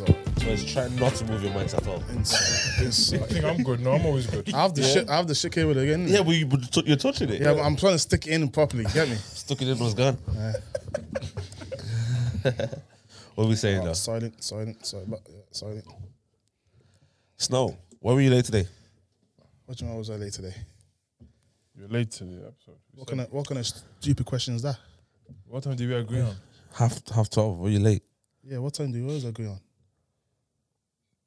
is try not to move your mics at all. It's- I think I'm good. No, I'm always good. I have the shit. I have the shit cable again. Yeah, but you, but t- you're touching it. Yeah, but I'm trying to stick it in properly. Get me? Stuck it in was gone. what are we saying now? Oh, Silent, silent, silent, but- yeah, silent. Snow, where were you late today? What do you know? I was early today. You're late to the episode. What kind of what kind of stupid question is that? What time did we agree on? Half half twelve. Were you late? Yeah, what time do you always agree on?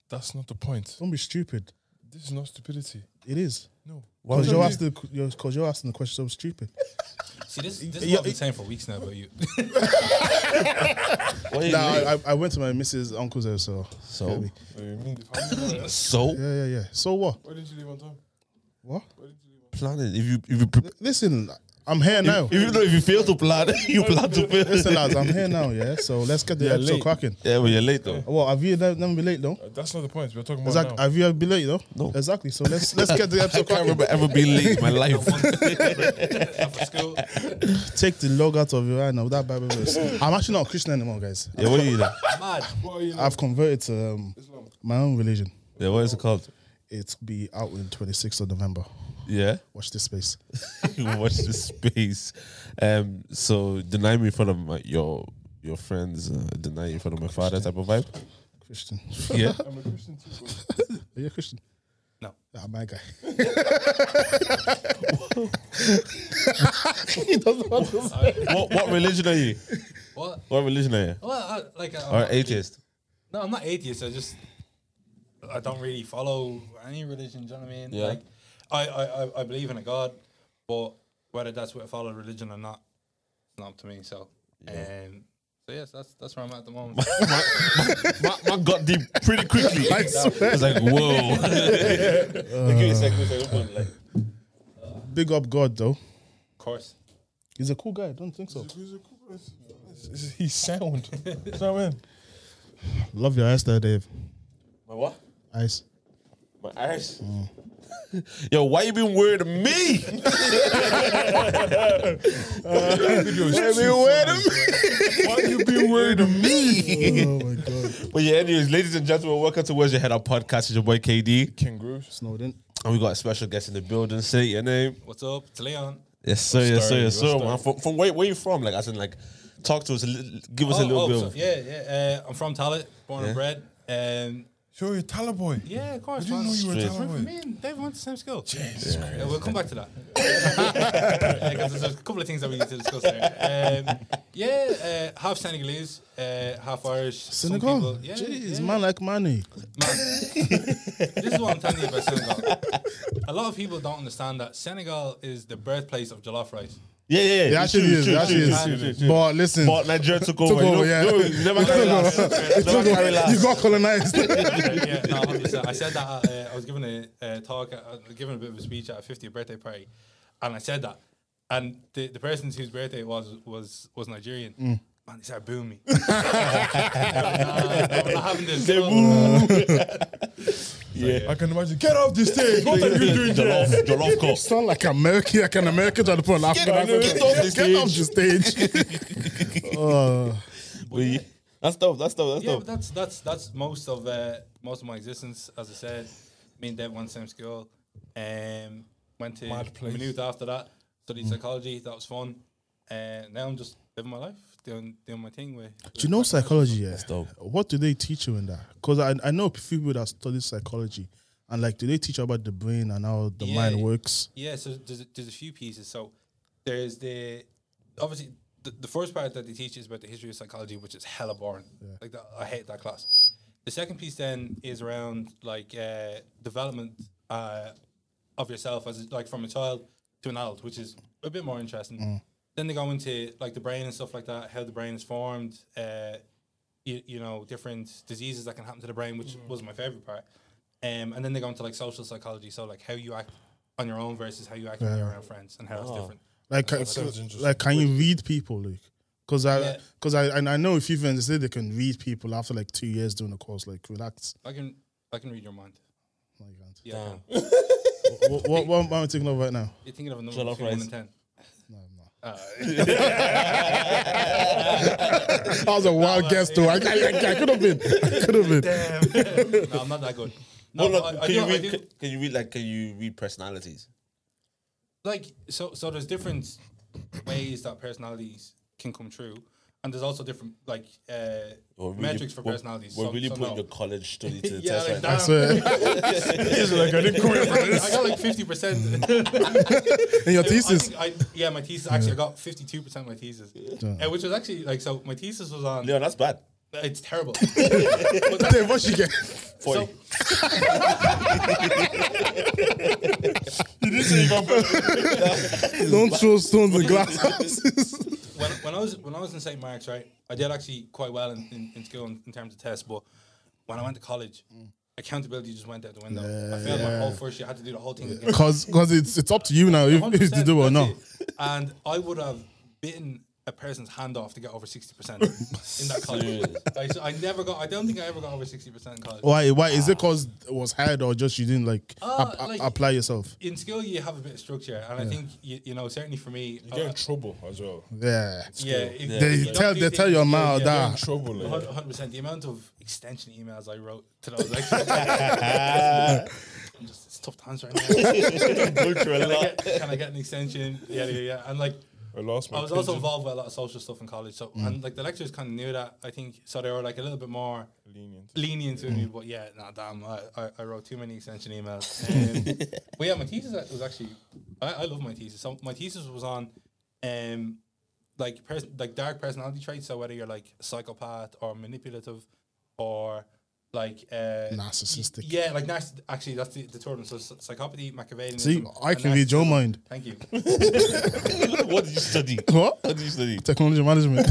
That's not the point. Don't be stupid. This is not stupidity. It is. No. Why Because would you're, you- asking the- you're, 'cause you're asking the question so stupid. See, this, this is Yeah, what I've been it- saying for weeks now about you. Why are you Nah, late? I, I- I went to my missus' uncle's house, so. So? Get me? What do you mean? How do you know that? so Yeah, yeah, yeah. So what? Why didn't you leave on time? What? Why didn't you leave on planning. If you if you pre- Listen, I'm here now. even though if you fail to plan, you plan to fail. Listen, lads, I'm here now, yeah? So let's get the Yeah, episode late. cracking. Yeah, but you're late though. Well, have you never, never been late, though? time? Uh, That's not the point. We're talking about Exactly. now. Have you ever been late, though? No. Exactly. So let's let's get the I episode can't cracking. remember ever being late in my life. After school, Take the log out of your eye now with that Bible verse. I'm actually not a Christian anymore, guys. yeah, what are you? Now? mad. What are you I've converted to um, my own religion. Yeah, what is it called? It's be out on 26th of November. Yeah, Watch this space. watch the space. Um, so deny me in front of my, your your friends, uh, deny you in front of my father type of vibe. Christian. Yeah, I'm a Christian too. bro. Are you a Christian? No. Ah, my guy. he doesn't want to say. what what religion are you? What? What religion are you? Well, I, like, I'm, Or atheist? no, I'm not atheist. I just, I don't really follow any religion. Do you know what I mean? Yeah. Like, I, I, I- I believe in a God, but whether that's what I follow religion or not, it's not up to me. So, um, so yes, that's that's where I'm at at the moment. My, my got deep pretty quickly. I was like, whoa. Big up God, though. of course. He's a cool guy. Don't think so. He's a cool person. He's- He's sound. Do you know what I mean? Love your eyes there, Dave. my what? Eyes. My Irish. Yo, why you been weird to me? Why you been weird to me? Why you been weird to me? Oh my God. But yeah, anyways, ladies and gentlemen, welcome to Where's Your Head Up podcast. It's your boy KD, Kangaroos. Snowden. and we got a special guest in the building. Say your name. What's up? It's Leon. Yes, sir. Yes, sir. starting, Yes, we're sir. Man. From, from where, where you from? Like, as in, like, talk to us. A little, give us a little bit. Oh, so- of, yeah, yeah. Uh, I'm from Talit, born and bred. Um, Sure, you're a Talaboy. yeah, of course. I didn't man. know you were a Straight. Talaboy. Me and Dave went to the same school. Jesus Christ. Yeah, we'll come back to that. Yeah, 'cause there's a couple of things that we need to discuss there. Um, yeah, uh, half Senegalese, uh, half Irish. some Senegal. people- Yeah, Jeez, yeah. man, like money. Man, this is what I'm telling you about Senegal. A lot of people don't understand that Senegal is the birthplace of jollof rice. yeah, yeah. It yeah actually is. It actually true, true, is. true. But listen, But Nigeria took over. over, you yeah. know, you never carry last. Never carry you last. got colonized. yeah, no, 100%. I said that at, uh, I was giving a uh, talk, uh, uh, giving a bit of a speech at a 50th birthday party, and I said that, and the, the person whose birthday it was was was Nigerian. Man, they started booing me. Nah, nah, I'm not having this. They No. Yeah. I can imagine. Get off the stage. What are you doing here? Jollof, Jollof cup. Sound like American, like an American trying to put an African off- accent. get off the Get off the stage. Uh, We, that's dope. That's dope. That's Yeah, but dope. that's that's that's most of uh, most of my existence. As I said, me and Dev went to the same school. Um, went to Mad place. Maynooth after that. Studied psychology. That was fun. And now I'm just living my life, doing doing my thing with. do you know psychology? Yeah. dope. What do they teach you in that? Because I, I know a few people that study psychology, and like, do they teach you about the brain and how the Yeah. mind works? Yeah, so there's a, there's a few pieces. So there's the obviously the, the first part that they teach is about the history of psychology, which is hella boring. Like that, I hate that class. The second piece then is around like uh, development uh, of yourself as a- like from a child to an adult, which is a bit more interesting. Then they go into like the brain and stuff like that, how the brain is formed. Uh, you, you know different diseases that can happen to the brain, which was my favorite part. Um, and then they go into like social psychology, so like how you act on your own versus how you act when you're around friends, and how Oh. it's different. Like, can, sounds interesting. like, can you read people, Luke? Because I, Yeah. because I, and I know a few friends that say they can read people after like two years doing the course. Like, relax. I can I can read your mind. No, you can't. Yeah, I can. What, what, what am I thinking of right now? you're thinking of a number Jollof between one rice. and ten. No, I'm not. Uh, That was a wild guess, though. I, I, I, I could have been. I could have been. damn. no, I'm not that good. No, no, I, can I you do, uh, I read? do, Can, can you read like? Can you read personalities? like so so there's different ways that personalities can come true and there's also different like uh Or really- metrics for we're- personalities We're so, really so putting no. your college study to the yeah, test like right that- He's like, I didn't come in for I got like 50%. In your I thesis. think I, yeah, my thesis. Actually, I got 52% of my thesis. Uh, which was actually like, so my thesis was on, now. Leon, that's bad. it's terrible. Dave, what you get? Forty. Don't throw stones in glass houses. when, when I was when I was in St Mark's, right, I did actually quite well in, in, in school in, in terms of tests, but when I went to college, Mm. accountability just went out the window. I failed my whole first year. I had to do the whole thing again. Because it's, it's up to you now if, if to 100%, do or that's not. it. And I would have bitten a person's hand off to get over sixty percent in that college. like, so I never got. I don't think I ever got over sixty percent in college. Why? Why is it? Cause it was hard, or just you didn't like, Uh, ap- a- like- apply yourself? In school, you have a bit of structure, and I think you, you know certainly for me, You get uh, in trouble as well. Yeah. yeah, if- They if you They don't tell do they things tell your in school, mom yeah. You're in that. trouble. eh? Like. Hundred percent. The amount of extension emails I wrote to those lecturers. I'm just, it's tough times right now. Cultural Can I, lot. get, can I get an extension? Yeah, yeah, yeah. And like, I lost my I was also pigeon. involved with a lot of social stuff in college. So and like the lecturers kind of knew that. I think so. They were like a little bit more lenient. lenient to me. But yeah, nah, damn, I, I, I wrote too many extension emails. Um, but yeah, my thesis was actually I, I love my thesis. So my thesis was on um like pers- like dark personality traits. So whether you're like a psychopath or manipulative or like uh, Narcissistic. Yeah, like narciss- actually that's the, the third one. So s- psychopathy, Machiavellianism. See, I and can read your narcissism. mind. Thank you. what did you study? What? What did you study? Technology management.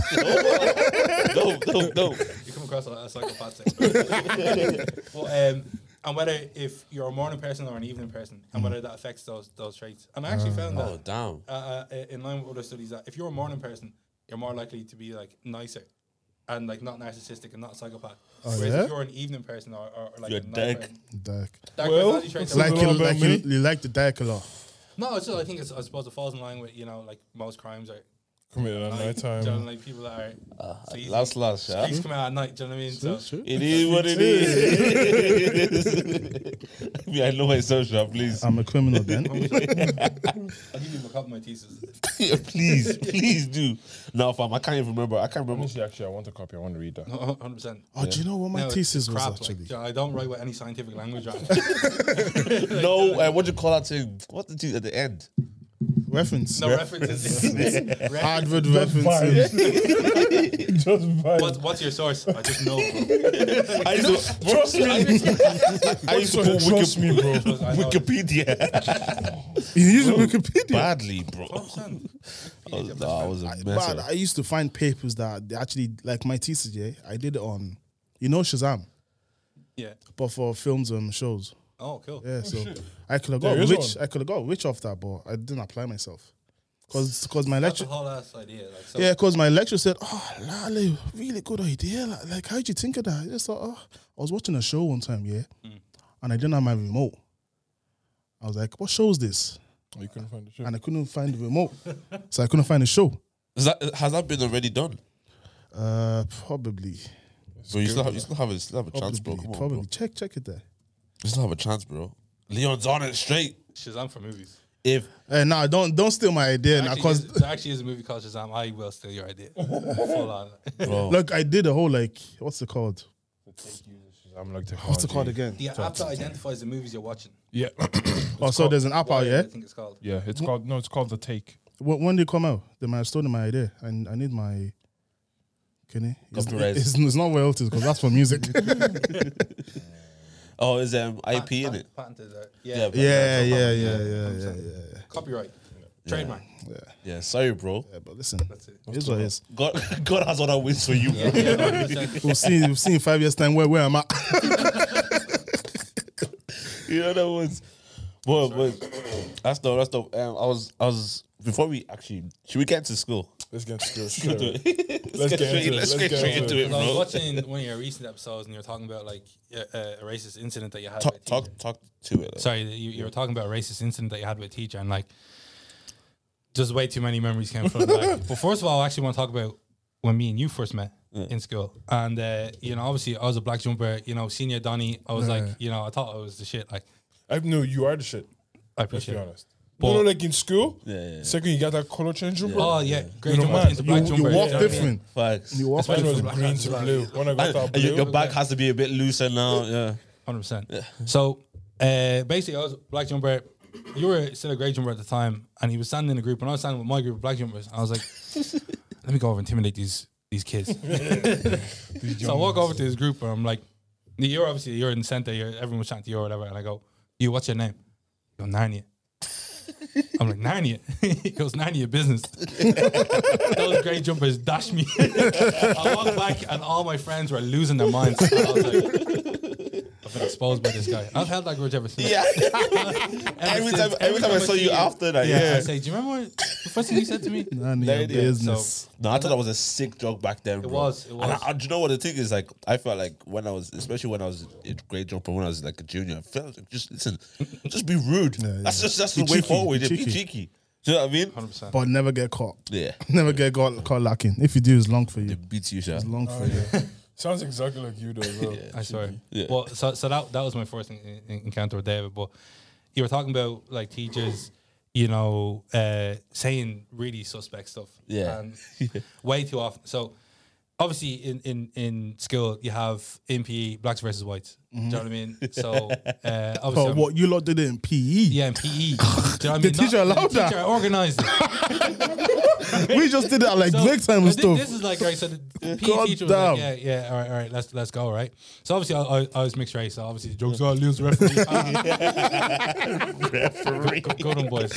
No, no, no. you come across a, a psychopath. but, um, and whether if you're a morning person or an evening person, and whether that affects those those traits. And I actually found Oh, that damn. uh, uh, in line with other studies that if you're a morning person, you're more likely to be like nicer. And like not narcissistic and not psychopath. Whereas yeah? if you're an evening person or, or, or, like You're a night dark. person, Dark. dark Well, personality it's traits are- Like a you, lot about like you, me. you like the dark a lot. no, it's just, I think it's I suppose it falls in line with you know like most crimes are Committed at night um, generally time. like people that are sleazy. Last, last, yeah. These come out at night. Do you know what I mean? So It is what it is. yeah, I know my social, please. I'm a criminal then. I'll give you a copy of my thesis. Yeah, please, please do. No, fam, I can't even remember. I can't remember. Honestly, actually, I want a copy. I want to read that. Hundred percent. Oh, do you know what my No, it's thesis was crap, like, actually? I don't write with any scientific language. Right? No, uh, what do you call that thing? What did you at the end? Reference. No references. References. Advert Fine. references. Just fine. What, what's your source? I just know. I used to, trust me. I used to, I used to go Trust Wiki- me, bro. I know. Wikipedia You use Wikipedia. badly, bro. 100%. Oh, no, I was a mess. But I used to find papers that they actually like my thesis. Yeah, I did it on, you know, Shazam, Yeah. but for films and shows. Oh, cool. Yeah, so I could have got There is rich. one. I could have got rich off that, but I didn't apply myself because because my That's lecture. a whole ass idea. Like, so Yeah, because my lecturer said, "Oh, Lale, really good idea. Like, like, how'd you think of that?" I just thought, "Oh, I was watching a show one time, yeah, Hmm. and I didn't have my remote. I was like, what show is this?" Oh, you couldn't find the shit. Hmm. And I couldn't find the remote, so I couldn't find the show. Is that, has that been already done? Uh, probably, So you still have, you still have, a, still have a chance, bro. probably, Come on, probably. bro. Check, check it there. You still have a chance, bro. Leon's on it straight. Shazam for movies. If Hey, Eh, nah, don't don't steal my idea. Now, Actually, cause is- there actually is a movie called Shazam. I will steal your idea. Full on. bro, look, I did a whole like, what's it called? I'm like, What's it called again? The app that identifies the movies you're watching. Yeah. Oh, so there's an app out, Wired, yeah. I think it's called. Yeah, it's called, no, it's called The Take. When, when they come out, they might have stolen my idea. And I need my. Can you? It's, Copyright. it's, it's not royalties because that's for music. oh, is um IP in Pat- it? Patented. uh, Yeah, Yeah. but- yeah, yeah, yeah, yeah, yeah, yeah, yeah. Copyright. Trademark. Yeah, sorry, bro. Yeah, But listen, That's it. here's what it is. God, God has other wins for you. bro. Yeah, 100%. We'll see. We'll see in five years' time where where I'm at. you know that was well but that's dope that's dope um, I was I was before we actually should we get to school Let's get into it. Let's get straight- into it. let's get straight into it. Because I was bro. watching one of your recent episodes, and you were talking about like a, a racist incident that you had. talk with a teacher. talk, talk to it Sorry, you, you were talking about a racist incident that you had with a teacher, and like Just way too many memories came from that. but first of all, I actually want to talk about when me and you first met in school. And, uh, you know, obviously I was a black jumper, you know, senior Donny. I was like, you know, I thought I was the shit. Like, I know you are the shit. I Let's appreciate be it. honest. But, no, no, like in school. yeah, yeah. Second, you got that color change, bro. Oh, yeah. Grey You know, jumper man, into you- black you jumper. You walk know what I mean? different. Facts. You walk Mine different. was green to blue. When I got that And your, blue, your back has to be a bit looser now. Yeah. hundred percent. So uh, basically, I was a black jumper. You were still a grey jumper at the time, and he was standing in a group, and I was standing with my group of black jumpers. And I was like, "Let me go over and intimidate these these kids." so I walk over to his group, and I'm like, "You're obviously you're in the center. You're, everyone's chanting you or whatever." And I go, "You, what's your name?" He goes, "Narnia." I'm like, "Narnia." he goes, "Narnia business." Those grey jumpers dashed me. I walked back, and all my friends were losing their minds. I was like, been exposed by this guy. I've held that grudge ever since. Yeah. Ever every since- time, every time I saw see you after that, yeah. I say, do you remember what, the first thing you said to me? None of your Lady, so- business. No, I thought that was a sick joke back then. It was, it And was. I, I- do you know what the thing is? Like, I felt like when I was, especially when I was a grade jumper, when I was like a junior, I felt like just listen, just be rude. That's just that's the Be way cheeky, forward. be yeah, Be cheeky. cheeky. Do you know what I mean? But never get caught. Yeah. Never get caught, caught lacking. If you do, it's long for you. Beats you, shot. It's long for you. sounds exactly like you, though. Bro. I swear. Yeah. Well, so so that that was my first en- en- encounter with David. But you were talking about like teachers, you know, uh, saying really suspect stuff. Yeah. And way too often. So obviously in in in school you have MPE blacks versus whites. Do you know what I mean? So uh, obviously But I'm- what you lot did it in E? PE. Yeah, in PE. Do you know what I mean? The teacher allowed the that. teacher organised it. We just did it at like So, break time and but thi- stuff. This is like, right, so the PE God teacher was damn. like, yeah, yeah, all right, all right, let's let's go, right? So obviously, I, I, I was mixed race, so obviously the jokes, oh, lose referee. referee. Good, good on, boys.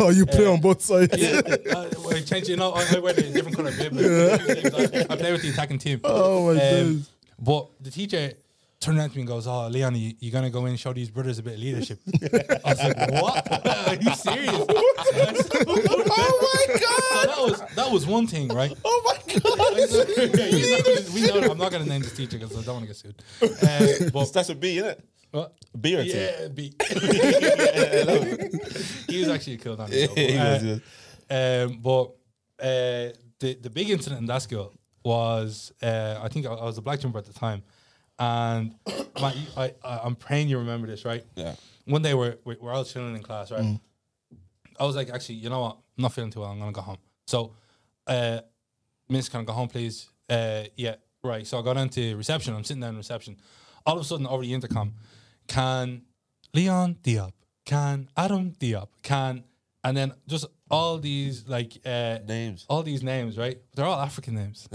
oh, you play on both sides. Yeah, uh, well, change, you know, I, I wear the different colour bib. I, I play with the attacking team. Oh my Um, days. but the teacher turned around to me and goes, "Oh, Leon, you, you're gonna go in and show these brothers a bit of leadership." I was like, "What? Are you serious?" oh my god! that was that was one thing, right? Oh my god! we know, I'm not gonna name this teacher because I don't want to get sued. Uh, but That's a B, isn't it? what? B or two. Yeah, B. he was actually killed on He was, he was. uh, um, but uh, the the big incident in that school was uh, I think I, I was a black jumper at the time, and Matt, you- I, I I'm praying you remember this, right? Yeah. One day we're we're we're all chilling in class, right? I was like, actually, you know what? I'm not feeling too well. I'm gonna go home. So, uh, Miss, can I go home, please? Uh, yeah, right. So I got into reception. I'm sitting down in reception. All of a sudden, over the intercom, can Leon Diop, can Adam Diop, can, and then just all these like uh, Names. all these names, right? They're all African names,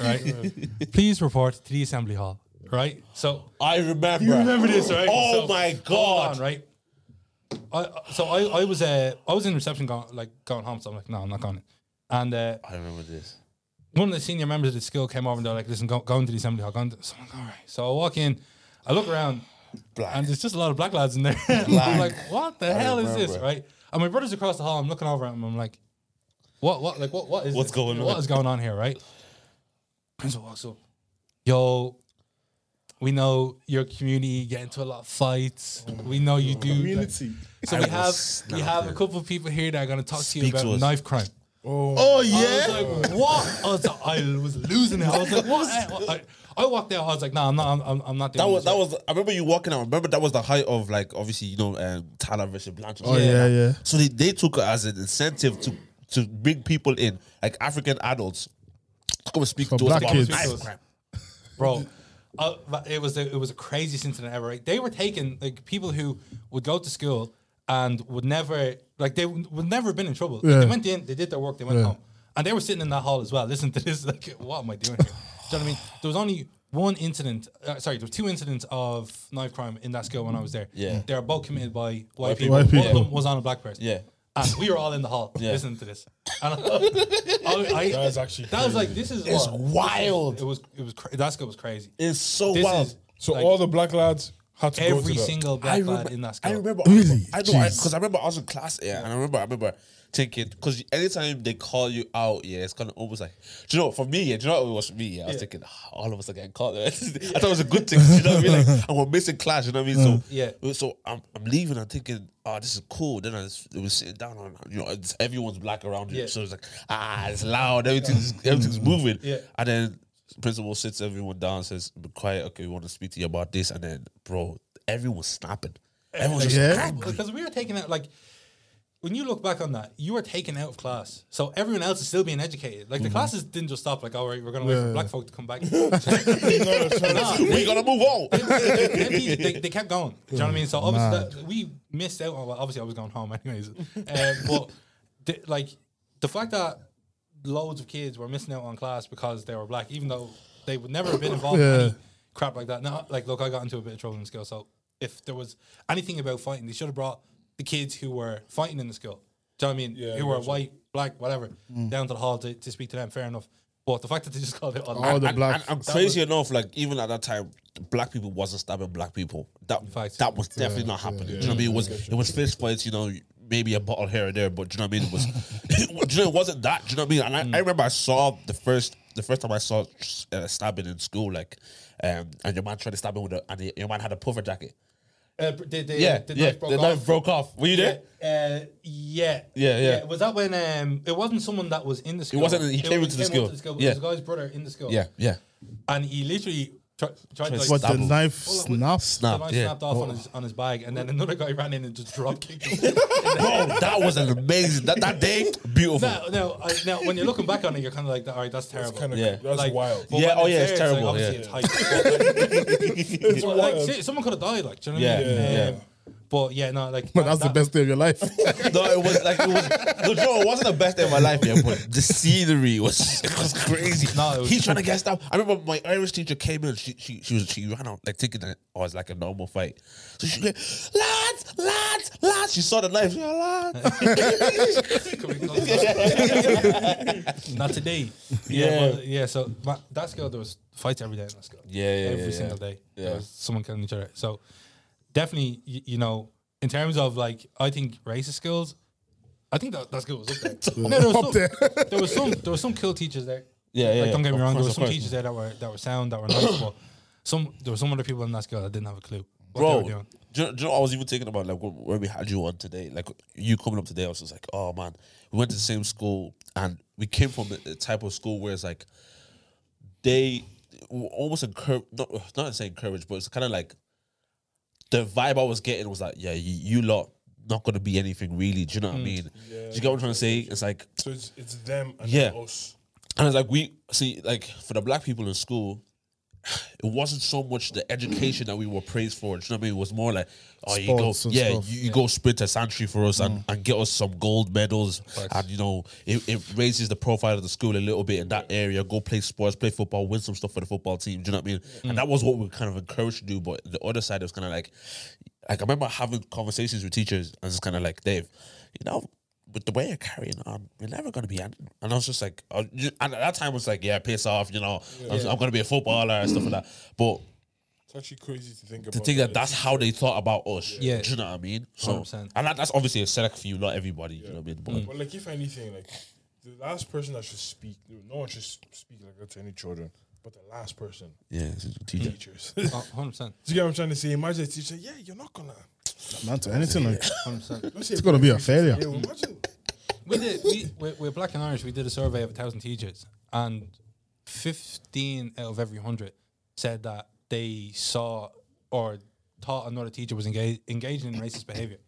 right? Please report to the assembly hall, right? So I remember. you remember this, right? Oh So, my hold on, god. right? I, so I, I was uh, I was in reception going like going home, so I'm like, no, I'm not going. And uh, I remember this. one of the senior members of the school came over and they're like, listen, go, go into the assembly hall. Go into, so I'm like, all right. So I walk in, I look around, and there's just a lot of black lads in there. I'm like, what the hell is this, remember. right? And my brother's across the hall. I'm looking over at him. I'm like, what, what, like, what, what is What's this? going on? What is going on here, right? Principal walks up. Yo, we know your community get into a lot of fights. We know you do. Community. So I we was have we snapping. have a couple of people here that are going to talk to you Speak about to us. knife crime. Oh I yeah. was like, what? I was, I was losing it. I was like, what? I, I walked out. I was like, no, I'm not. I'm- I'm, I'm not doing That was this. that was. I remember you walking out. I remember that was the height of like obviously you know um, Tyler versus Blanchard. Oh, yeah, yeah. So they, they took it as an incentive to to bring people in like African adults. Come and speak For to us black about kids. knife crime. bro. Uh, but it was the, it was the craziest incident ever. Right? They were taking like people who would go to school and would never like they would would never been in trouble. Like, they Yeah. went in, they did their work, they went home, and they were sitting in that hall as well. Listen to this, like what am I doing? Here? Do you know what I mean? There was only one incident. Uh, sorry, there were two incidents of knife crime in that school when I was there. Yeah. they were both committed by white, people. White people. One of people. them was on a black person. Yeah. And we were all in the hall listening to this. And I, I- That is actually that was like this is It's what- wild. It was it was cra- that school was crazy. It's so This wild. is So like- all the black lads Had to go every to that. single black I remember, lad in that I school. remember. Really? I know. Jeez. Because I, remember I was in class, yeah, and I remember, I remember thinking, because anytime they call you out, yeah, it's kind of almost like, do you know, for me, yeah, do you know what it was for me? Yeah, I was thinking, "Ah, all of us are getting caught. I thought it was a good thing. You know what I mean? Like, and we're missing class, you know what I mean? So, Mm, Yeah. So I'm, I'm leaving, I'm thinking, oh, this is cool. Then I was, it was sitting down on, you know, it's, everyone's black around you. Yeah. So it's like, ah, it's loud, everything's, everything's moving. Yeah. And then principal sits everyone down and says, Be quiet, okay, we want to speak to you about this. And then, bro, everyone's snapping. Everyone's just Yeah. angry. Because we were taken out, like, when you look back on that, you were taken out of class. So everyone else is still being educated. Like, the Mm-hmm. classes didn't just stop, like, all right, we're going to wait for black folk to come back. Nah, we gotta move on. them people, they, they kept going. Do you know what I mean? So obviously that, we missed out on. Well, obviously, I was going home anyways. Uh, but the, like the fact that loads of kids were missing out on class because they were black, even though they would never have been involved in any Yeah. crap like that. Now, like, look, I got into a bit of trouble in school. So if there was anything about fighting, they should have brought the kids who were fighting in the school. Do you know what I mean? Yeah, who were gotcha. white, black, whatever, down to the hall to, to speak to them. Fair enough. But the fact that they just called it all All the And- black. and- and crazy enough, like even at that time, black people wasn't stabbing black people. That Fact. that was definitely not happening. Do you know what I mean? It was it was fist fights, you know, maybe a bottle here or there, but do you know what I mean? It was do you know, it wasn't that. Do you know what I mean? And I, I remember I saw the first the first time I saw uh, stabbing in school, like, um, and your man tried to stab him with a, and the, your man had a puffer jacket. Uh, they, they, Yeah, the yeah, knife broke the off. knife broke off. Were you there? Yeah, uh, yeah. Yeah, yeah. Was that when um it wasn't someone that was in the school? wasn't- he came into was- the up school. to Yeah. It was a guy's brother in the school. Yeah, yeah. And he literally tr- tried to like, But the Double. knife Hold on, wait. snaps. the Snap. knife yeah. snapped off on his on his bag and then another guy ran in and just drop kicked him. Bro, that was an amazing that that day, beautiful. now, now, I, now when you're looking back on it, you're kinda like all right, that's terrible. Kind of, Yeah. That's like, wild. but Yeah, when oh yeah, there, it's like, terrible, obviously yeah. it's hype. But, like, wild. see, someone could have died, like, do you know Yeah, what I mean? yeah. Um, But yeah, no, like, But that- that's the that- best day of your life. No, it was like it was. No, Joe, it wasn't the best day of my life, yeah, but the scenery was it was crazy. No, it was- he's trying to get stabbed. I remember my Irish teacher came in. She she she was she ran out like thinking that oh it's like a normal fight. So she went, lads, lads, lads. She saw the knife. She went, lads. Not today. Yeah. Yeah, but, yeah. So my, that school there was fights every day in that school. Yeah, yeah, every yeah, single yeah. day. Yeah. there was someone killing each other. So definitely, you, you know, in terms of like, I think racist skills. I think that, that school was up there. no, there was Up some, there. there was some there was some cool teachers there. Yeah, yeah, Like, don't yeah. get me Of course, wrong. There were of some course. teachers there that were that were sound, that were nice, but some there were some other people in that school that didn't have a clue. what they were Bro, doing. do you, do you know what I was even thinking about like when, when we had you on today, like you coming up today, I was just like, oh man, we went to the same school and we came from the, the type of school where it's like they were almost encourage, not not to say encourage, but it's kind of like the vibe I was getting was like, yeah, you, you lot not gonna be anything really. Do you know what I mean? Do you get what I'm trying to say? It's like So it's, it's them and Yeah. yeah. us. and it's like we see, like for the black people in school, it wasn't so much the education that we were praised for. Do you know what I mean? It was more like, oh, you go, Sports and yeah, you, stuff. Mm. you go sprint a century for us and, and get us some gold medals, and you know it, it raises the profile of the school a little bit in that area. Go play sports, play football, win some stuff for the football team. Do you know what I mean? Mm. And that was what we were kind of encouraged to do. But the other side was kind of like, like I remember having conversations with teachers and it's kind of like, Dave, you know, with the way you're carrying on, you're never gonna be. an-" And I was just like, oh, you- and at that time it was like, yeah, piss off, you know, I'm, I'm gonna be a footballer and stuff like that. But It's actually crazy to think about. to think that that's how they thought about us. Yeah. Do you know what I mean? So, 100%. and that, that's obviously a select few, not everybody. You know what I mean? But Mm. But like, if anything, like the last person that should speak, no one should s- speak like that to any children. But the last person, yeah, it's a teacher. teachers. Do Oh, 100%. you get what I'm trying to say? Imagine a teacher. Yeah, you're not gonna. Man, to anything like 100%. It's gonna be a failure. Yeah, well, imagine. we did. We, we're, we're black and Irish. We did a survey of thousand teachers, and fifteen out of every hundred said that they saw or thought another teacher was engaged engaging in racist behavior.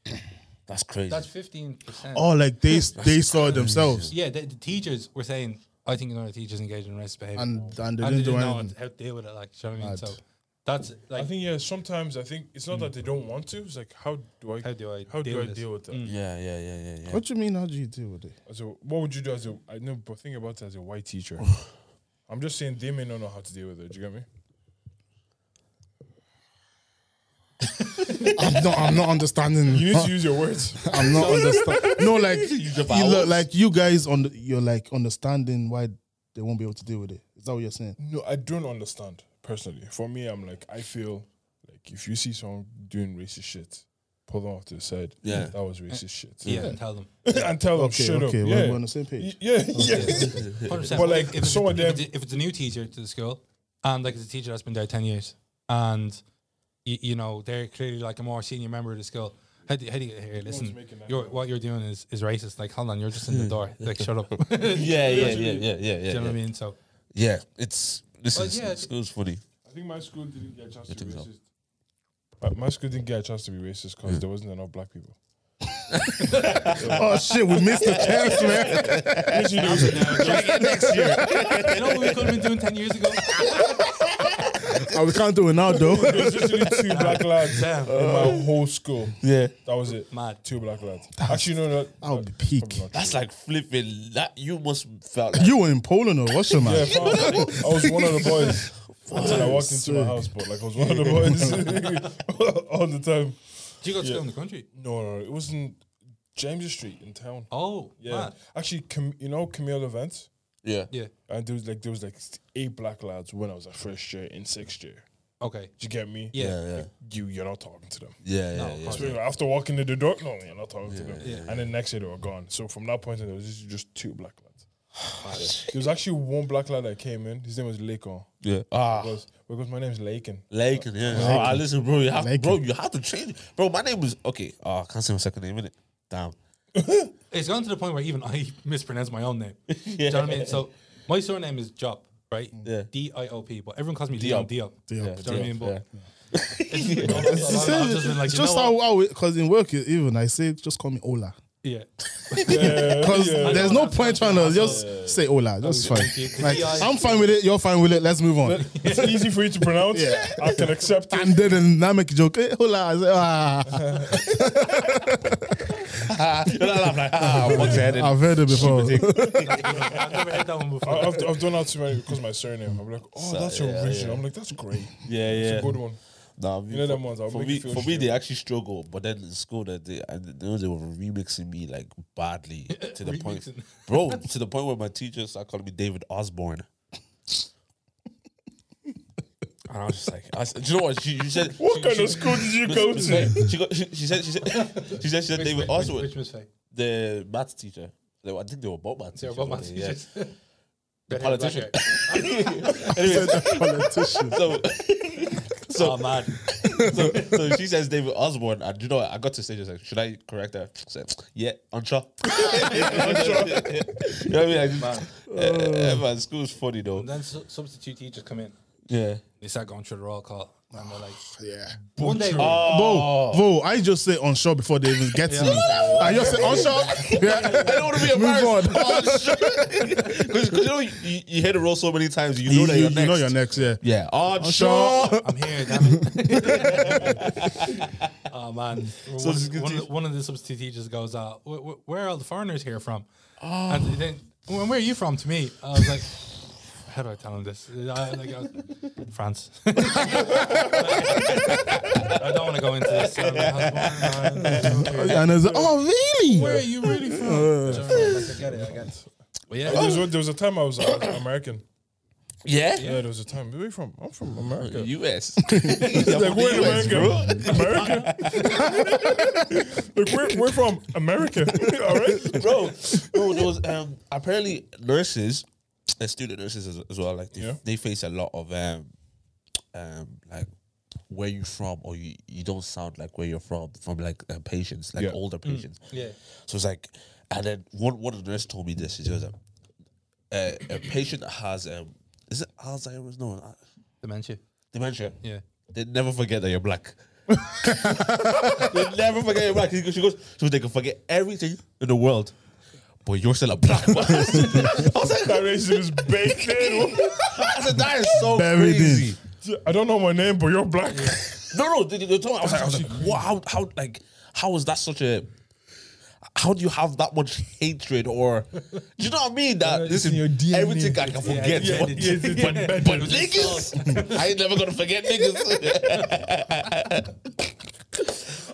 That's crazy. That's fifteen percent. oh, like they they saw it themselves Yeah, the, the teachers were saying, "I think another teacher's engaging in racist behavior," and and they And they didn't do didn't know anything. how to deal with it. Like, do you know what I mean? Mad. So that's I like think yeah. Sometimes I think it's not that they don't want to. It's like how do I How do I how deal do I with this? Mm. deal with that? yeah, yeah, yeah, yeah, yeah. What do you mean? How do you deal with it? So what would you do as a I know, but think about it as a white teacher. I'm just saying they may not know how to deal with it. Do you get me? I'm not. I'm not understanding. You need to use your words. I'm not understanding. No, like you vowels. look like you guys on. The, you're like understanding why they won't be able to deal with it. Is that what you're saying? No, I don't understand personally. For me, I'm like I feel like like if you see someone doing racist shit, pull them off to the side. Yeah. that was racist shit. Yeah, and tell them. and tell them Okay, shut okay, up. we're, yeah. we're on the same page. Y- yeah, yeah. 100%. But, like, if, if it's- someone if, them- it's, if it's a new teacher to the school, and like it's a teacher that's been there ten years, and you, you know they're clearly like a more senior member of the school. How do, how do you here? Listen, making that you're, what you're doing is, is racist. Like, hold on, you're just in the door. Like, shut up. Do Yeah, yeah, yeah, yeah, yeah, you Hmm. yeah. know what I Yeah, mean? So, yeah it's this Well, is yeah. school's funny. I think my school didn't get a chance to be think so. racist. But my school didn't get a chance to be racist Hmm. because there wasn't enough black people. Oh shit, we missed the chance, man. you know what we could have been doing ten years ago? Oh, we can't do it now, though. There was literally two black lads Damn. Oh. in my whole school. yeah, That was it. Mad. Two black lads. Actually, no, no. I'll be that's peak. probably not That's true. like flipping. That you must felt like You were in Poland or Russia, man. Yeah, fam, I was one of the boys until I walked into my house, but like I was one of the boys all the time. Do you go to school in the country? No, no, it wasn't James Street in town. Oh, Yeah, mad. actually, Cam- you know Camille Event, yeah. Yeah. and there was like there was like eight black lads when I was at first year in sixth year. Okay. Do you get me? Yeah. Yeah, yeah, You you're not talking to them. yeah, No, yeah, yeah. of So after walking to the door, no, you're not talking to them. yeah, and then next year they were gone. So from that point on, there was just, just two black lads. there was actually one black lad that came in. His name was Lakon. yeah. Ah, Because, because my name's Lakin. Lake, yeah. Oh, ah, listen, bro, you have, Lakin. bro, you have to change, it. bro. My name is okay. Oh, I can't say my second name in it. Damn. It's gone to the point where even I mispronounce my own name. Do you know what I mean? So my surname is Job, right? Yeah. D I O P, but everyone calls me Diop. Diop. Do you know what I mean? But it's just been- It's the I've same- just been like, it's you know just what? how, how, because in work, even I say, just call me Ola. yeah. Because there's I no know point that's trying to what just say Ola. That's fine. Thank you. Like, Yeah, I- I'm fine with it. You're fine with it. Let's move on. It's easy for you to pronounce. Yeah. I can accept it. And then the dynamic joke, hey, Ola. I say, ah, I'm like, ah, what's that? I've heard it before. I've never heard that one before. I- I've, I've done that too many because my surname. I'm like, oh, that's your original. I'm like, that's great. Yeah, It's yeah. a good one. Nah, I mean, You know for, them ones that for make me, you feel for me, they shit. actually struggle. But then in school, that they, I know they were remixing me like badly to the point, Remixing. bro, to the point where my teacher started calling me David Osborne. And I was just like, I s- do you know what? She, she said, What she, kind she- of school did you Miss- go Miss to? Faye, She, got, she, she said, she said, she said, she said David Which- Osborne, Which was fake. the maths teacher. They were- I think they were both maths They were teachers. both my weren't they? Yeah. teachers. The politician. Said the politician. so, so Oh, man. so, so she says David Osborne, and you know what? I got to say just like, should I correct her? She said, yeah, unsure. unsure. you know what I mean? I just, Man. uh, uh, man, school's funny though. And then su- substitute teachers come in. Yeah. They start going through the roll call. And they're like, Yeah. one day, Bro, bro, I just say unsure before they even get to me. I just say unsure. Yeah. I don't want to be Move embarrassed. on. Oh, Because you know you, you hear the roll so many times, you know You, that you- you're you next. know you're next, yeah. yeah, unsure. Unsure. I'm here, damn it. oh, man. one, it's good one, to- of the, one of the substitute teachers goes, uh, wh- wh- where are all the foreigners here from? Oh. And then, "Well, where are you from to me? I was like, how do I tell him this? I, like, I was, France. I don't want to go into this. uh, I'm like, I was born in Ireland. And it's like, oh, really? Where are you really from? Like, I get it, I get it. But yeah, There was, one- there was a time I was, I was American. Yeah. Yeah. there was a time. Where are you from? I'm from America. U.S. Like, we're in America. America. like, we're, we're from America. All right. bro. No, there was um, apparently nurses, uh, student nurses as, as well. Like they, Yeah. they face a lot of um, um, like where you from or you, you don't sound like where you're from from like uh, patients, like Yeah. older patients. Mm. yeah. So it's like, and then one one of the nurses told me this. She was like, uh, a patient has um, is it Alzheimer's? No, uh, Dementia. dementia. Yeah. They never forget that you're black. they never forget you're black. She goes, she goes, so they can forget everything in the world, but you're still a black man. I was like, That racism is baked in. I said, that is so Buried in. crazy. I don't know my name, but you're black. No, no, they, they told me. I was like, I was like what, how, how, like, how is that such a? How do you have that much hatred, or do you know what I mean? That this it's in your is DNA. everything I can forget, yeah, but, yeah, it's- it's- but- but niggas, I ain't never gonna forget niggas.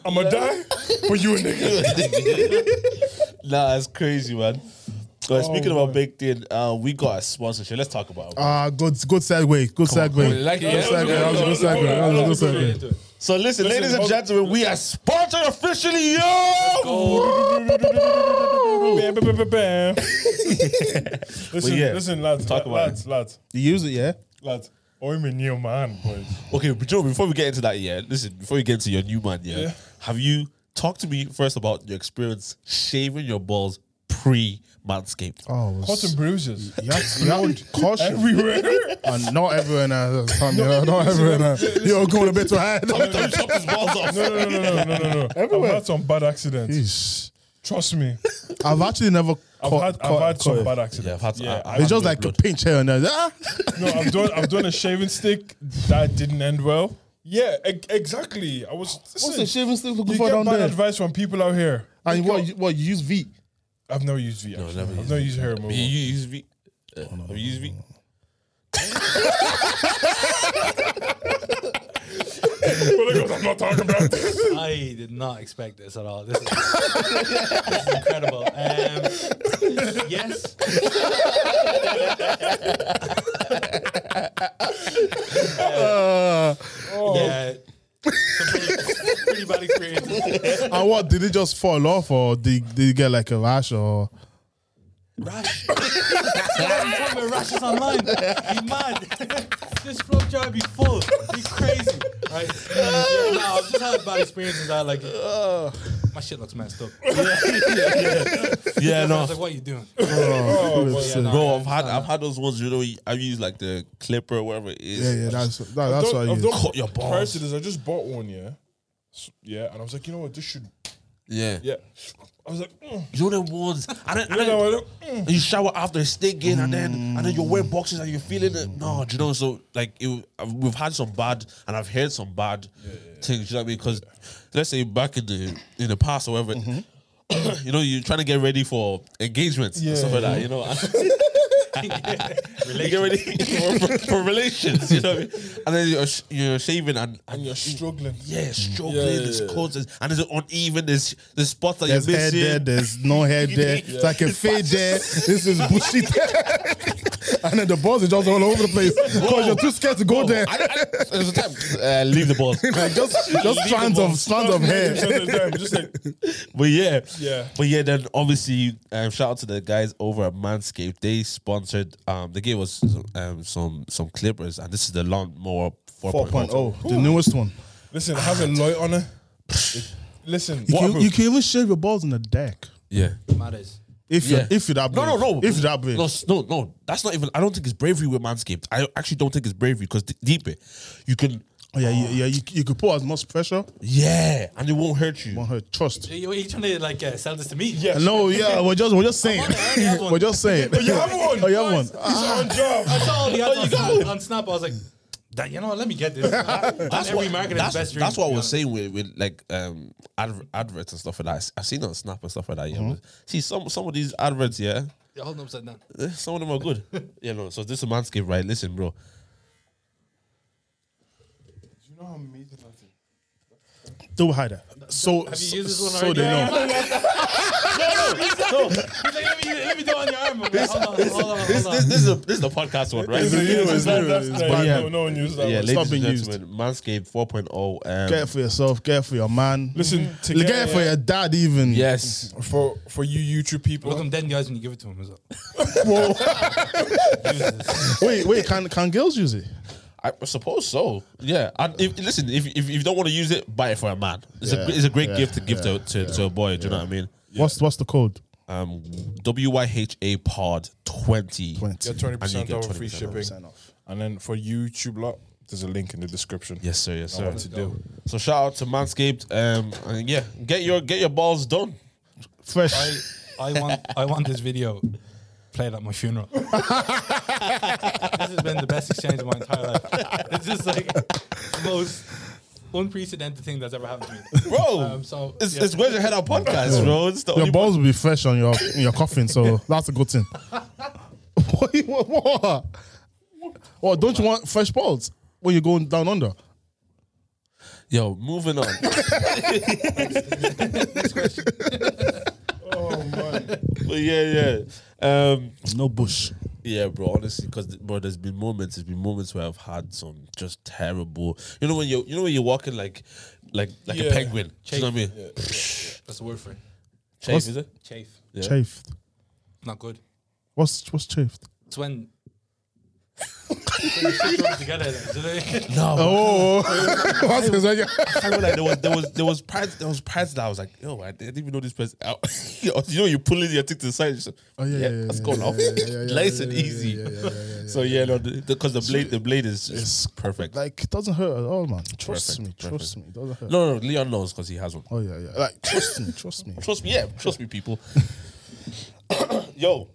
I'm going to die, but you a nigga. nah, it's crazy, man. Well, speaking about baked in, uh, we got a sponsorship. Let's Uh, talk about it. Ah, good, good segue. Good segue. Like it, Good yeah? segue. That was a good segue. That was a good segue. Into it. So listen, Listen, ladies and hold- gentlemen, we are sponsored officially, yo. Bam, bam, bam, bam, bam. listen, yeah, listen, lads, talk la- about lads, lads, You use it, yeah? lads. I'm a new man, boys. Okay, but Joe, before we get into that, yeah, listen, before you get into your new man, yeah, Yeah. have you talked to me first about your experience shaving your balls pre manscaped? Oh, it was- Cotton bruises you have, you have caution. everywhere. And not everywhere now. Fam, yeah, not everywhere now. You're going a bit too high. Don't chop his balls off. no, no, no, no, no, no, no. I've had some bad accidents. Yeesh. Trust me, I've actually never I've caught, had, I've caught- had some caught bad it. Yeah, accidents. I've had to, Yeah, I- I- I've It's just had like a blood. pinch here and there. Ah! no, I've done, I've done a shaving stick that didn't end well. Yeah, e- exactly. I was. What's listen, the shaving stick looking you for get down bad there? advice from people out here. And what, you- what, you use V? I've never used V. actually. never I've used never used hair removal. You use V. Uh, have you used V? Well, because I'm not talking about this. I did not expect this at all. This is, this is incredible. Um, yes. Uh, Yeah. Some pretty, pretty bad experience. And what, did it just fall off or did, did you get like a rash or? Rash. Why are you talking about rashes online? Be mad. this flow jar be full. Be crazy. Right? Yeah, no, I've just had bad experiences. I like my shit looks messed up. Yeah, I no. was like, what are you doing? Oh, but Yeah, uh, no, Bro, I've I had understand I've had those ones, you know, I've used like the clipper or whatever it is. Yeah, yeah, that's, that, that's I've what I done- I've use. done- Cut your Prior balls. to this, I just bought one, yeah. S- Yeah, and I was like, you know what, this should, Yeah. yeah. I was like, mm. You know them ones. And then, and you then know, I don't- mm. and you shower after stinking and then and then you wear Mm. boxes and you're feeling it. No, do you know, so like it, I've- we've had some bad and I've heard some bad things, you know what I mean? Because let's say back in the in the past or whatever, Mm-hmm. you know, you're trying to get ready for engagements and stuff like that, you know. You get ready for, for, for relations, you know, what I mean? and then you're, sh- you're shaving and, and you're struggling. yeah, struggling. Yeah, yeah, There's yeah. codes and there's uneven. There's there's spots that There's you're hair missing. there, there's no hair there. It's like a fade there. This is bushy there. and then the balls are just all over the place because you're too scared to go there. I, I, there's a time. Uh, leave the balls. Like just just strands of strands of hair. I'm just like, But yeah, Yeah. but yeah. Then obviously, um, shout out to the guys over at Manscaped. They sponsored. Um, they gave us um some some clippers, and this is the lawnmower 4.0. 4.0, oh, the newest one. listen, it has a light on it. It- Listen, You can, waterproof. you can even shave your balls in the deck Yeah. it matters. if Yeah. you if you're that No, brave. no, no. If you're that brave, No, s- no, no. That's not even. I don't think it's bravery with Manscaped. I actually don't think it's bravery because d- deeper, you can. oh, yeah, yeah, yeah, you, you could put as much pressure Yeah, and it won't hurt you. on her. Trust. Are you, are you trying to like uh, sell this to me? Yeah. No, yeah, we're just we're just saying, on it, I already have one. we're just saying. Oh, you have one. Oh, you have one. It's on job. I saw all the ads on, on Snap. I was like, "That- you know, what, let me get this. That's That's what, every marketer's that's, best dream. that's to what I be was honest. saying with, with like um adver- adverts and stuff like that. I s- I've seen it on Snap and stuff like that. Yeah, but see some some of these adverts, yeah, You're holding upside down. eh, some of them are good. yeah, no. So this is Manscaped, right? Listen, bro. You know how amazing that is? Do hide her. So Have so, you used this one so they know. already? He's like, let me, let me do it on your arm. I'm like, hold on, hold on, This, hold on. this, this is a, this is the podcast one, right? It's a- you, it's it's not- you, that's- it's yeah, bad. No no one uses that. yeah, one. ladies not and being used. gentlemen, Manscaped 4.0. Care Um, for yourself. Care for your man. Listen, to Look out get- for your dad, even. yes, for for you YouTube people. Look him dead in the eyes when you give it to him as well. Whoa. Use this. wait, wait. Can can girls use it? I suppose so. Yeah, and if, listen, if, if if you don't want to use it, buy it for a man. It's Yeah, a it's a great yeah, gift to give to to, to a boy. Do you know what I mean? What's what's the code? Um, WYHA Pod 20. Get 20% off free shipping. And then for YouTube lot, there's a link in the description. Yes, sir. Yes, sir. What to do. So shout out to Manscaped. Um, and yeah, get your get your balls done. Fresh. I, I want, I want this video played at my funeral. this has been the best exchange of my entire life. It's just like the most unprecedented thing that's ever happened to me. bro. Um, so, it's, yeah. it's where's your head out podcast, bro. It's the Your only balls will be fresh on your in your coffin, so that's a good thing. what, what, what? Well, don't you want fresh balls when you're going down under? Yo, moving on. Oh But yeah, yeah. Um, No bush. Yeah, bro. Honestly, because bro, there's been moments. There's been moments where I've had some just terrible. You know when you you know when you're walking like, like like a Yeah. penguin. Do you know what I mean? That's the word for it. Chase, is it? Chafe. Yeah. Chafed. Not good. What's what's chafed? It's when. when the shit comes together. then. No. Oh, what's his idea? I remember, like there was there was there was parts there was parts that I was like, yo, I didn't even know this person. I- you know, you pull it, you take to the side. Just, Oh yeah, yeah, yeah let's yeah, go yeah, now. yeah, yeah, yeah, yeah, Nice yeah, and yeah, yeah, easy. yeah, yeah, yeah, yeah, yeah. So yeah, no, because the, blade the blade is is perfect. Like it doesn't hurt at all, man. Trust Perfect, me, trust me. It doesn't hurt. no, no, no, Leon knows because he has one. Oh yeah, yeah. Like trust me, trust me. Trust me, yeah, trust me, people. Yo,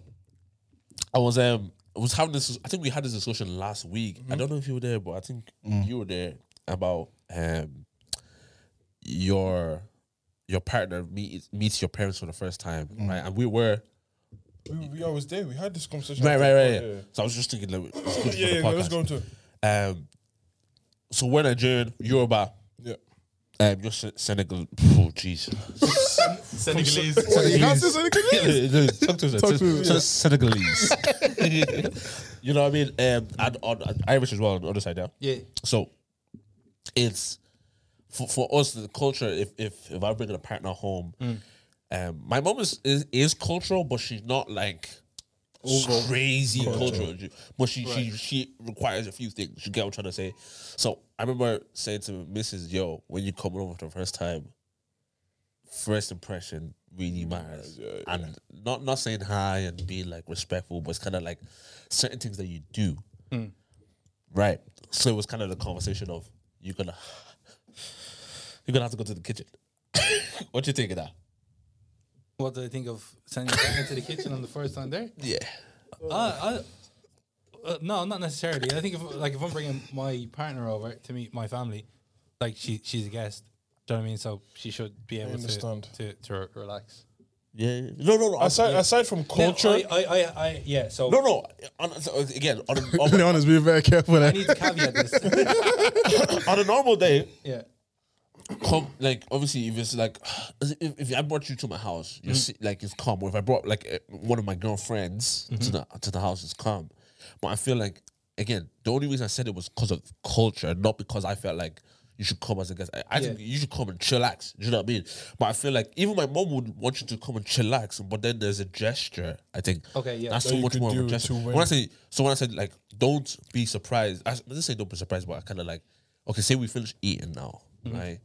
I was um, I was having this. I think we had this discussion last week. Mm-hmm. I don't know if you were there, but I think Mm. you were there about um, your your partner meets meets your parents for the first time, Mm. right? And we were We, we, I was there. We had this conversation. right, right, right. Yeah, yeah. So I was just thinking, like, it's good yeah, yeah, for the let's podcast. go into it. Um, so we're Nigerian, Yoruba. Yeah. Um, you're Sen- Senegal. Oh, jeez. Senegalese. Talk to us. Talk to us. Sen- Senegalese. you know what I mean? Um, and on, and Irish as well on the other side there. Yeah. So it's for, for us the culture. If if if I bring a partner home, um, my mom is, is is cultural, but she's not like crazy cultural. But she she she requires a few things. You get what I'm trying to say? So I remember saying to Mrs. Yo, when you come over for the first time, first impression really matters. And not not saying hi and being like respectful, but it's kind of like certain things that you do. Right. So it was kind of the conversation of you're gonna you're gonna have to go to the kitchen. what do you think of that? What did I think of sending you back into the kitchen on the first time there? Yeah. Uh, I, uh, no, not necessarily. I think if like if I'm bringing my partner over to meet my family, like she she's a guest. Do you know what I mean? So she should be able to, understand. to to re- relax. Yeah. No, no, no. Aside, aside from culture, Yeah, I, I, I, I yeah. So no, no. On, so again, on a, on, Leon is being very careful. eh? I need to caveat this. a- on a normal day, yeah. come like obviously if it's like if, if I brought you to my house, Mm-hmm. you're si- like it's calm. Or if I brought like eh, one of my girlfriends Mm-hmm. to the to the house, it's calm. But I feel like again, the only reason I said it was because of culture, not because I felt like you should come as a guest. I, I think Yeah. you should come and chillax. Do you know what I mean? But I feel like even my mom would want you to come and chillax, but then there's a gesture. I think Okay, yeah. that's That so you much could more of a do gesture. two When I ways. say so, when I said like, don't be surprised. I s- I didn't say don't be surprised, but I kind of like okay, say we finish eating now, Mm-hmm. right?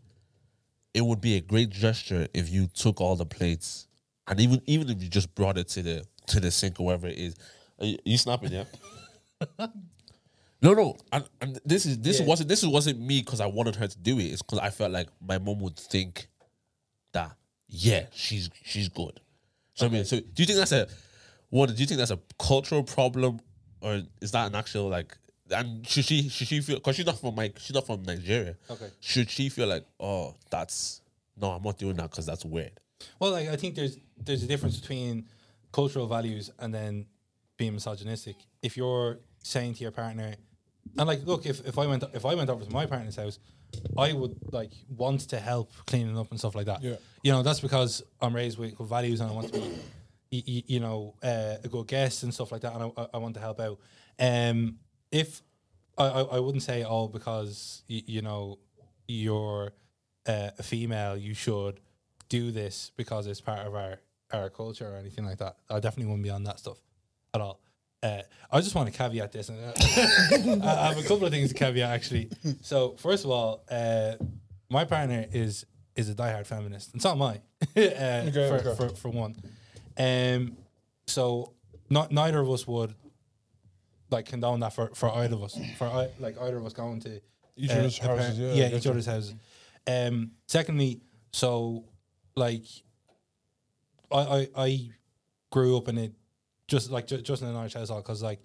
it would be a great gesture if you took all the plates and even even if you just brought it to the to the sink or wherever it is. Are you, you snapping, yeah? no, no. And, and this is this Yeah. wasn't this wasn't me because I wanted her to do it. It's because I felt like my mom would think that yeah, she's she's good. So I mean, so do you think that's a what? Do you think that's a cultural problem or is that an actual like? And should she should she feel because she's not from like she's not from Nigeria. Okay. Should she feel like oh that's no I'm not doing that because that's weird. Well, like I think there's there's a difference between cultural values and then being misogynistic. If you're saying to your partner, and like, look, if, if I went if I went over to my partner's house, I would like want to help cleaning up and stuff like that. Yeah. you know that's because I'm raised with good values and I want to be, y- y- you know, uh, a good guest and stuff like that, and I- I, I want to help out. Um, if I, I, I wouldn't say oh because y- you know you're uh, a female, you should do this because it's part of our our culture or anything like that. I definitely wouldn't be on that stuff at all. Uh, I just want to caveat this. And, uh, I I have a couple of things to caveat actually. So first of all, uh, my partner is is a diehard feminist, and so am I. uh, for, okay. For, for one, um, so not neither of us would like condone that for, for either of us for I, like either of us going to Each uh, other's a par- houses, yeah, I yeah get each you. other's houses. Um, secondly, so like I I, I grew up in it just like ju- just in an Irish household because like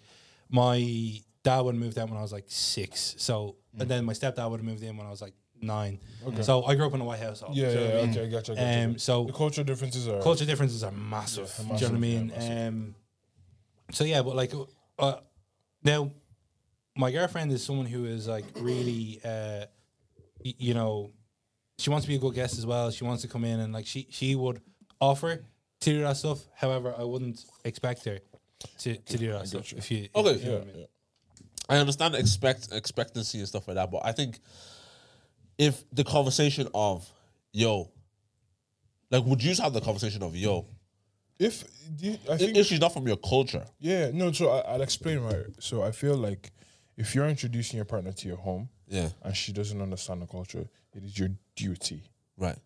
my dad would have moved out when I was like six, so Mm. and then my stepdad would have moved in when I was like nine. So I grew up in a white household. yeah, do yeah, you know what I mean? okay, I gotcha, I gotcha. Um, so- the culture differences are culture differences are massive. Yeah, do you know what I massive, yeah, mean? um, so yeah, but like uh, now, my girlfriend is someone who is like really, uh, y- you know, she wants to be a good guest as well. She wants to come in and like she she would offer to do that stuff. However, I wouldn't expect her to, to do that stuff. If you Okay, if you know yeah, what I mean. I understand expect expectancy and stuff like that, but I think if the conversation of yo, like, would you have the conversation of yo? If do you, I If, think if she's not from your culture, yeah, no. So I, I'll explain right. So I feel like if you're introducing your partner to your home yeah, and she doesn't understand the culture, it is your duty right,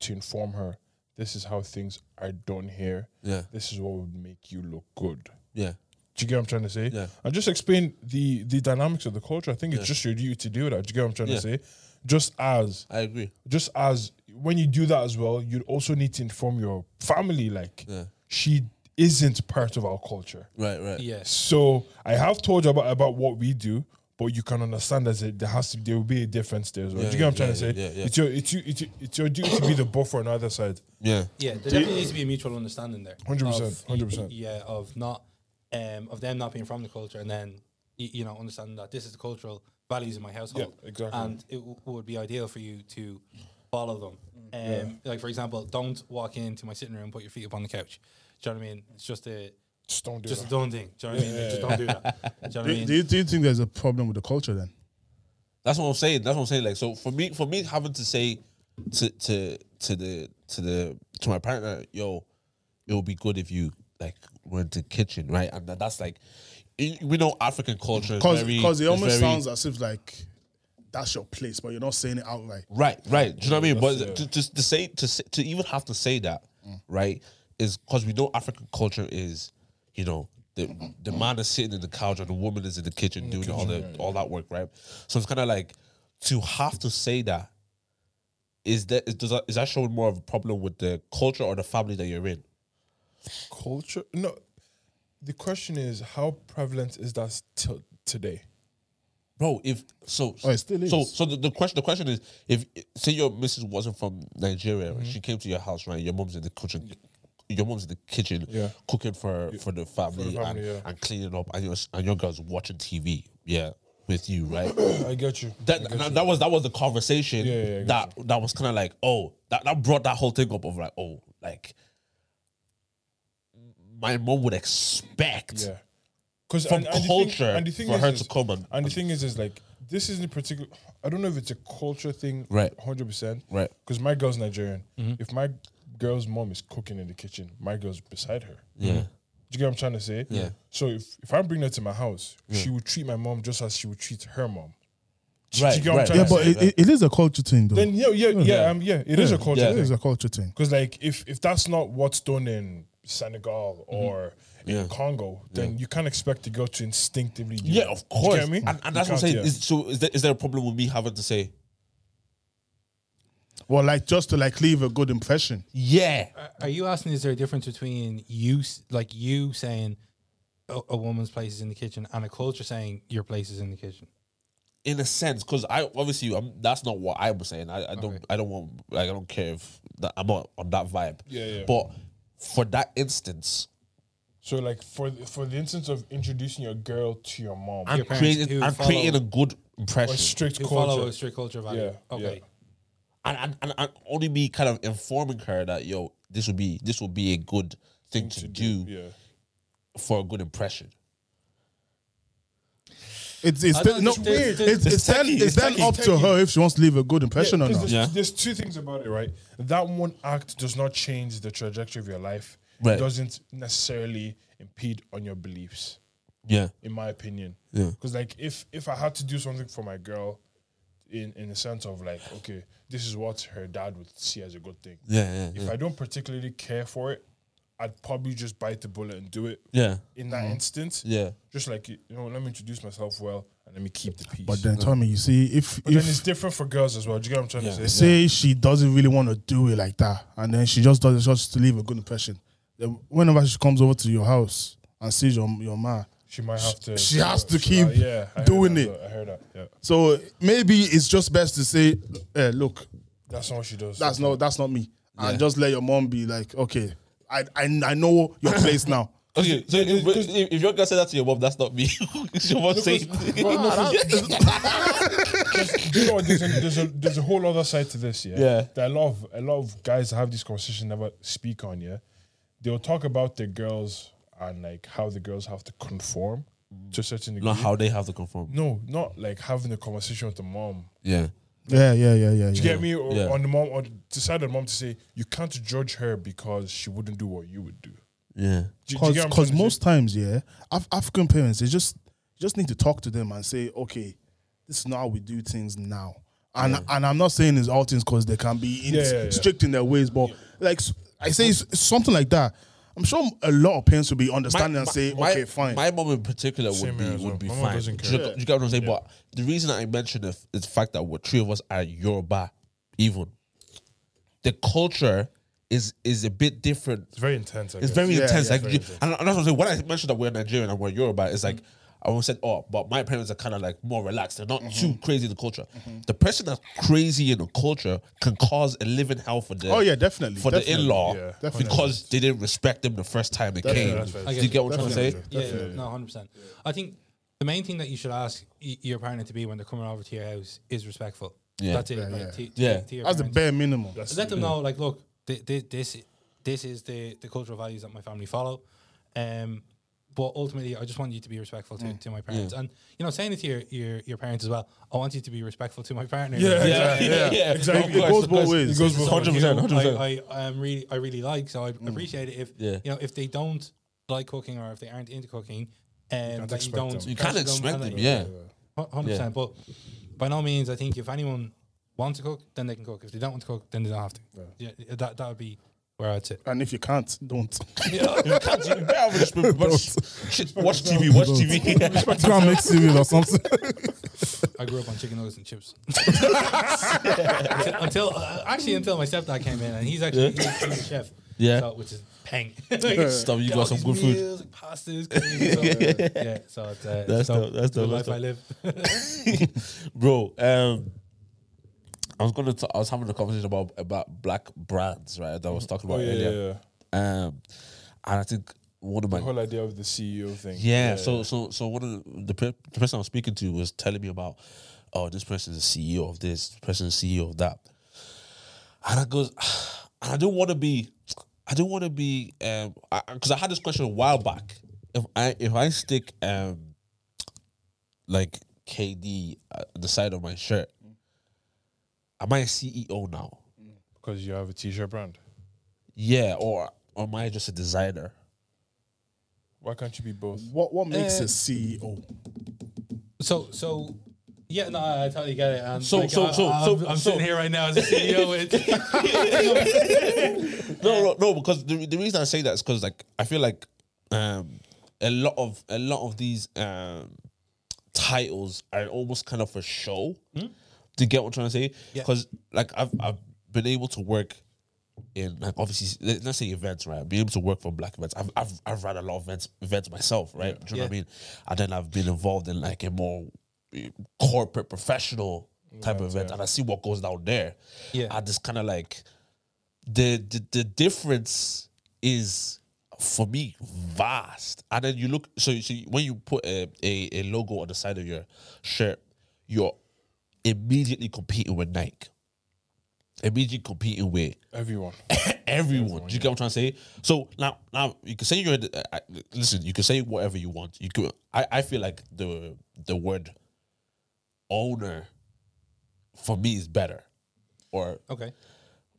to inform her. This is how things are done here. yeah, This is what would make you look good. yeah, Do you get what I'm trying to say? Yeah. And just explain the the dynamics of the culture. I think it's just your duty to do that. Do you get what I'm trying Yeah. to say? Just as I agree. just as when you do that as well, you'd also need to inform your family like Yeah. she isn't part of our culture. Right, right, Yes. So I have told you about, about what we do, but you can understand that there has to there will be a difference there as well. Yeah, do you get what I'm yeah, trying to yeah, say? yeah, yeah. It's your it's you it's, your- it's your duty to be the buffer on the other side. yeah, Yeah, there definitely needs to be a mutual understanding there. 100%, Of- 100%. Yeah, of not, um, of them not being from the culture, and then y- you know understanding that this is the cultural values in my household. Yeah, exactly. And it w- would be ideal for you to follow them. Um, Like for example, don't walk into my sitting room and put your feet up on the couch. Do you know what I mean? It's just a Just don't do just a that. don't thing. Do you know what I mean? Just don't do that. Do you know what I Do, mean? do you, do you think there's a problem with the culture then? That's what I'm saying. That's what I'm saying. Like, so for me, for me having to say to to to the to the to my partner, yo, it would be good if you like went to kitchen, right? And that, that's like, i- we know African culture is Because very- because it is almost very- sounds as if like that's your place, but you're not saying it outright. Right, right. Do you know what I mean? But to, to, to say to say, to even have to say that, right, is because we know African culture is, you know, the the man is sitting in the couch and the woman is in the kitchen doing all the all that work, right? So it's kind of like to have to say that. Is that is, does that is that showing more of a problem with the culture or the family that you're in? Culture? No. The question is how prevalent is that till today? bro. If so, Oh, it still so is. so the, the question the question is if say your missus wasn't from Nigeria, right, she came to your house, right? Your mom's in the kitchen, your mom's in the kitchen, Yeah. cooking for for the family, family, and, yeah. and cleaning up, and your and your girl's watching TV, yeah, with you, right? I get you. That, that, that was that was the conversation Yeah, yeah, I get that that was kind of like oh that, that brought that whole thing up of like oh like my mom would expect Yeah. Because From culture for her to come and- and the thing is is like this isn't a particular. I don't know if it's a culture thing, Right. Hundred percent, Right. Mm-hmm. Because my girl's Nigerian. If my girl's mom is cooking in the kitchen, my girl's beside her. yeah Do you get what I'm trying to say? Yeah. So if, if I bring her to my house, she would treat my mom just as she would treat her mom. Do Right, you get what right, I'm trying Yeah, to right. say? but it, it, it is a culture thing though. Then yeah, yeah, yeah, yeah, um, yeah it is a culture. yeah. it thing. is a culture thing. Because like if if that's not what's done in Senegal or Mm-hmm. in Yeah. Congo, then you can't expect the girl to instinctively. Do Yeah, that. of Do you course. get me? And, and You that's what I'm can't, saying. yeah. Is, so is there, is there a problem with me having to say, Well, like just to like leave a good impression. yeah, Are- Are you asking? Is there a difference between you, s- like you saying, a, a woman's place is in the kitchen, and a culture saying your place is in the kitchen? in a sense? Because I obviously i that's not what I was saying. I, I don't I don't want like I don't care if that, I'm not on that vibe. Yeah, yeah. But for that instance, so like for the- for the instance of introducing your girl to your mom, I'm parents creating who I'm follow- creating a good or impression, strict Who follow culture. a strict culture value? Yeah, okay. and, and, and and only me kind of informing her that yo, this would be this would be a good thing to, do, Yeah, for a good impression. It's it's I still, don't- no, it's- it's- it's, it's, it's then techie, it's, it's then techie, up to techie. her if she wants to leave a good impression or Because not. there's, Yeah. there's two things about it, right? That one act does not change the trajectory of your life. Right. It doesn't necessarily impede on your beliefs. Yeah, in my opinion. Yeah. Because like if if I had to do something for my girl, in in the sense of like, okay, this is what her dad would see as a good thing. yeah, If I don't particularly care for it, I'd probably just bite the bullet and do it. yeah, In Mm-hmm. that instance, yeah. just like you know, let me introduce myself well and let me keep the peace. But then Tommy, you see, if But then it's if different for girls as well. Do you get what I'm trying to say? say she doesn't really want to do it like that, and then she just does it just to leave a good impression, then whenever she comes over to your house and sees your your ma, She might have to. uh, She has to keep I heard doing that, it. I heard that. Yeah, so maybe it's just best to say, eh, look, that's not what she does. that's not that's not me, and just let your mom be like, okay, I I, I know your place now. Okay, so if, if if your girl said that to your mom, that's not me. It's your mom saying. Do you know what? There's a, there's a there's a whole other side to this, yeah. Yeah. That a lot of a lot of guys that have this conversation never speak on, yeah. they'll talk about the girls and like how the girls have to conform to a certain degree. Not how they have to conform. no, not like having a conversation with the mom. Yeah. Yeah, yeah, yeah, yeah. Do yeah. you get me? Or Yeah. On the mom, or decide on the mom to say you can't judge her because she wouldn't do what you would do. Yeah. Do you- do you get what I'm Because trying to say? most times, yeah, Af- African parents, they just just need to talk to them and say, okay, this is not how we do things now. And and I'm not saying it's all things because they can be in, Yeah, yeah, yeah. strict in their ways, but like s- I say, s- something like that. I'm sure a lot of parents will be understanding and say, okay, fine. My mom in particular would Same be here as well. would be My mom fine. Do doesn't you, do care. you get what I'm saying? But the reason that I mentioned it is the fact that we're three of us are Yoruba, even the culture is is a bit different. it's very intense. I It's guess. very Yeah, intense. yeah, like, very you- intense. and, and that's what I'm saying. When I mentioned that we're Nigerian and we're Yoruba, it's like I always said, oh, but my parents are kind of like more relaxed. They're not too crazy in the culture. The person that's crazy in the culture can cause a living hell for the Oh, yeah, definitely, for the definitely. in law Yeah. because they didn't respect them the first time it that's came. fair. Do you get what I'm trying to say? Yeah, yeah, no, hundred percent. I think the main thing that you should ask y- your partner to be when they're coming over to your house is respectful. Yeah. that's it. like, to- to- Yeah. to your That's the parents. bare minimum. Let them know, like, look, th- th- this this is the the cultural values that my family follow. Um, but ultimately, I just want you to be respectful to, Mm. to my parents, and you know, saying it to your, your your parents as well. I want you to be respectful to my partner. Yeah, Like, yeah, yeah, yeah. exactly. It goes both ways. It goes this is both someone hundred ways. percent. who I, I um, really I really like, so I appreciate it if Mm. Yeah. you know if they don't like cooking or if they aren't into cooking, um, that you expect don't them. You can't expect them, yeah. hundred percent. But by no means, I think if anyone wants to cook, then they can cook. If they don't want to cook, then they don't have to. Yeah, that that would be where I'd sit. And if you can't, don't. You can't you better have a respect- watch, shit, watch TV, watch TV. Go and make cereal or something. I grew up on chicken nuggets and chips. until uh, actually, until my stepdad came in, and he's actually he's, he's a chef. Yeah. so- which is pang. Stuff, you Get got all some these good food. meals, like pastas, curries, so, yeah. so it's, uh, That's it's dope. dope, that's It's the dope, life that's I live. Bro, um, I was gonna t- I was having a conversation about about black brands, right? That I was talking Oh about yeah, yeah, earlier. yeah. Um, and I think one of my The whole idea of the CEO thing. yeah, so so so one of the, the per- the person I was speaking to was telling me about oh this person is the CEO of this, this person is CEO of that, and I goes and I don't want to be I don't want to be um because I, had this question a while back if I if I stick um like KD at the side of my shirt am I a CEO now because you have a t-shirt brand. yeah or or am I just a designer Why can't you be both? What what makes Uh, a Um, E CEO? So so. Yeah, no, I totally get it. And So- like, so- I, so- I'm, so- I'm so- sitting here right now as a E CEO. It's- No, no, no. Because the, the reason I say that is because like I feel like um, a lot of a lot of these um, titles are almost kind of for show. To get what I'm trying to say, Hmm? Yeah. because like I've I've been able to work in like obviously let- let's say events right, being able to work for black events. I've I've, I've run a lot of events events myself, right? Do you know what I Yeah. mean? And then I've been involved in like a more eh, corporate professional type of event, and I see what goes down there. Yeah. I just kind of like the, the the difference is for me vast. And then you look so so when you put a, a, a logo on the side of your shirt, you're immediately competing with Nike. Immediately competing with Everyone. everyone. Do you get what I'm trying to say? So now, now you can say you're. Uh, I- listen, you can say whatever you want. You could. I, I feel like the the word owner for me is better, or okay.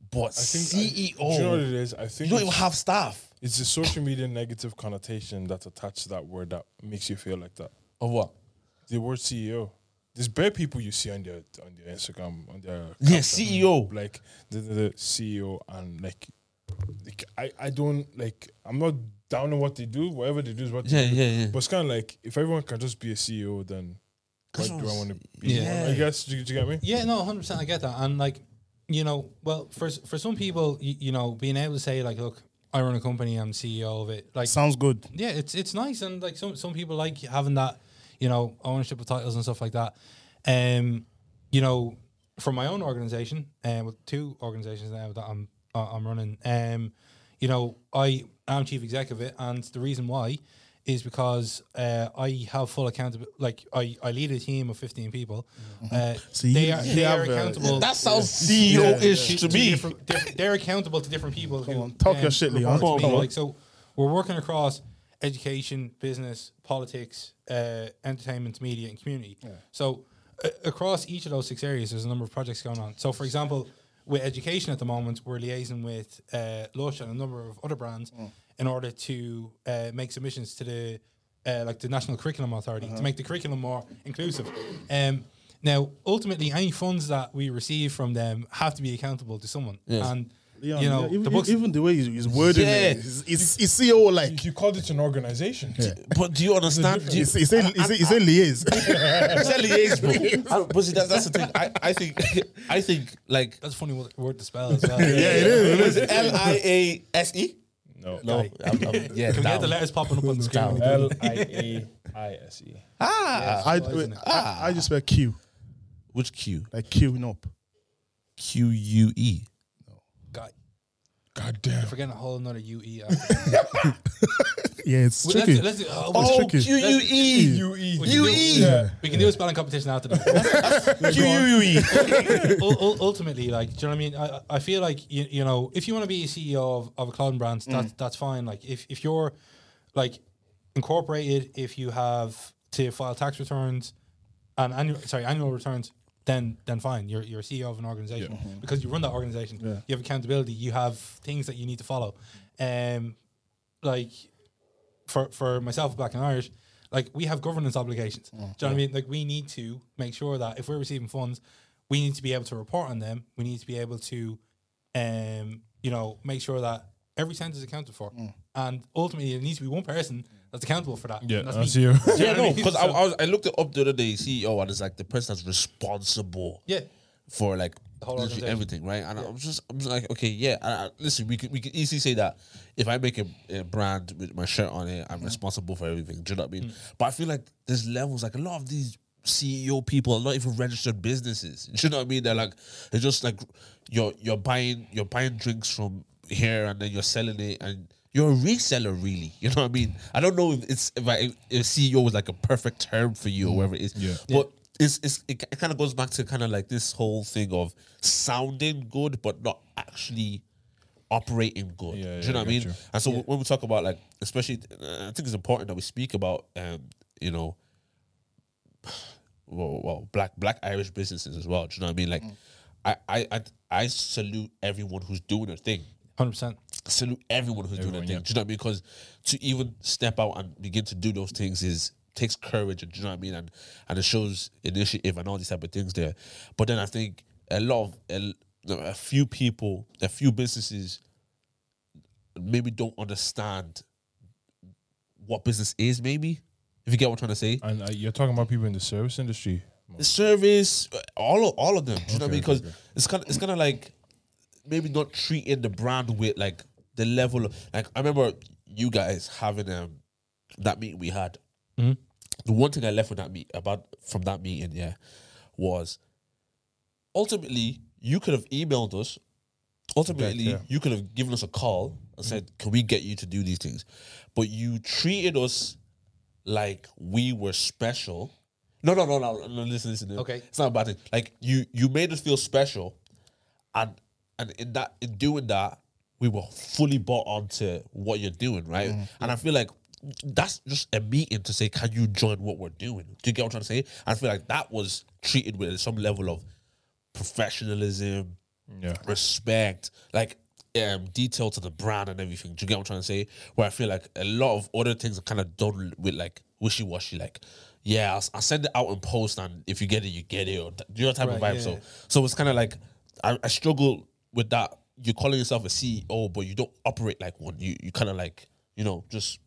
but CEO. I, do you know what it is? I think Oh. you don't even it's- have staff. It's the social media negative connotation that's attached to that word that makes you feel like that. Of what? The word CEO. There's bare people you see on their on their Instagram on their Yeah, E caption, CEO. like the, the, the CEO and like, like I I don't like I'm not down on what they do. Whatever they do is what Yeah, they do. yeah, yeah. But it's kind of like if everyone can just be a CEO, then why That's do I what I'm want to be? Yeah. One? I guess do you, do you get me? Yeah, no, hundred percent. I get that, and like, you know, well, for s- for some people, you, you know, being able to say like, look, I run a company, I'm CEO of it. Like, Sounds good. yeah, it's it's nice, and like some some people like having that, you know, ownership of titles and stuff like that. Um, you know, from my own organization, and uh, with two organizations now that I'm I- I'm running, um, you know, I am chief executive, of it, and the reason why is because uh, I have full accountability. Like I, I lead a team of fifteen people. Uh, Mm-hmm. So they you- are you they are have, uh, accountable. That sounds CEO-ish E to me. different- diff- they're accountable to different people. um, Come on, talk your shit, Leon. Come on. Like so, we're working across education, business, politics, uh, entertainment, media, and community. So uh, across each of those six areas, there's a number of projects going on. So, for example, with education at the moment, we're liaising with uh, Lush and a number of other brands Mm. in order to uh, make submissions to the uh, like the National Curriculum Authority Uh-huh. to make the curriculum more inclusive. Um, now, ultimately, any funds that we receive from them have to be accountable to someone. And Leon, you know, even, the books. even the way he's, he's wording Yeah. it, it's, it's, it's CEO E like. You called it an organization. But do you understand? Do you, It's, it's, a, it's, a, it's a liaise. it's a liaison, bro. But see, that's, that's the thing. I, I think, I think, like, that's a funny word- word to spell as well. is it L I A S E? No. No, I'm, I'm, yeah, Can we get the down. letters popping up on the screen? L I A I S E. Ah. I, wait, I, I just spell Q, which Q? like queuing up. Q U E. God, God damn. forgetting a whole another UE. out. Yeah, it's let's, tricky. do- let's do, oh, we- Oh, tricky. Q U E. U E. we can do- We can do a spelling competition after that. Q U E. Ul- ul- Ultimately, like, do you know what I mean? I, I feel like, you, you know, if you want to be a CEO of, of a clothing brand, that's, that's fine. Like, if, if you're, like, incorporated, if you have to file tax returns and annual, sorry, annual returns, then then fine. You're, you're a CEO of an organization because you run that organization. You have accountability. You have things that you need to follow. Um, like for for myself black and irish like we have governance obligations do you know what i mean like we need to make sure that if we're receiving funds we need to be able to report on them we need to be able to um you know make sure that every cent is accounted for Mm. and ultimately it needs to be one person that's accountable for that Yeah, and that's me. you. Do you Yeah, know what no, I mean? because I, So- I, was, I looked it up the other day, CEO, and it's like the person that's responsible. yeah for like whole literally organization. everything, right? And I'm just, I'm just like, okay, yeah. And I, listen, we could, we could easily say that if I make a, a brand with my shirt on it, I'm responsible for everything. Do you know what I mean? Hmm. But I feel like there's levels. Like a lot of these CEO people are not even registered businesses. Do you know what I mean? They're like, they're just like, you're you're buying you're buying drinks from here, and then you're selling it, and you're a reseller, really. You know what I mean? I don't know if it's if, I, if CEO was like a perfect term for you or Hmm. whatever it is. Yeah. But it's, it's it, it kind of goes back to kind of like this whole thing of sounding good but not actually operating good. Yeah, Do yeah, you know I what I get mean? you. And so when we talk about like, especially, uh, I think it's important that we speak about, um, you know, well, well, black black Irish businesses as well. Do you know what I mean? Mm. Like, I I I, I salute everyone who's doing their thing 100% salute everyone who's doing that thing. Do you know what I mean? Because to even step out and begin to do those things is takes courage. And do you know what I mean? And and it shows initiative and all these type of things there. But then I think a lot of a, l- no, a few people, a few businesses, maybe don't understand what business is. Maybe if you get what I'm trying to say. And uh, you're talking about people in the service industry. The service, all of, all of them. Do you know what I mean? Because it's kind of it's kind of like maybe not treating the brand with like the level of like I remember you guys having um that meeting we had. The one thing I left with that meet about from that meeting, yeah, was ultimately you could have emailed us. Ultimately, you could have given us a call and said, "Can we get you to do these things?" But you treated us like we were special. No, no, no, no, no. Listen, listen. no. Okay. it's not a bad thing. Like you, you made us feel special, and and in that in doing that, we were fully bought onto what you're doing, right? And I feel like that's just a meeting to say, can you join what we're doing? Do you get what I'm trying to say? I feel like that was treated with some level of professionalism, Yeah. respect, like um, detail to the brand and everything. Do you get what I'm trying to say? Where I feel like a lot of other things are kind of done with like wishy washy, like. Yeah, I'll, I'll send it out in post, and if you get it, you get it. Or th- you know type of Right, vibe. yeah. So, so it's kind of like I, I struggle with that. You're calling yourself a CEO, but you don't operate like one. You you kind of like you know just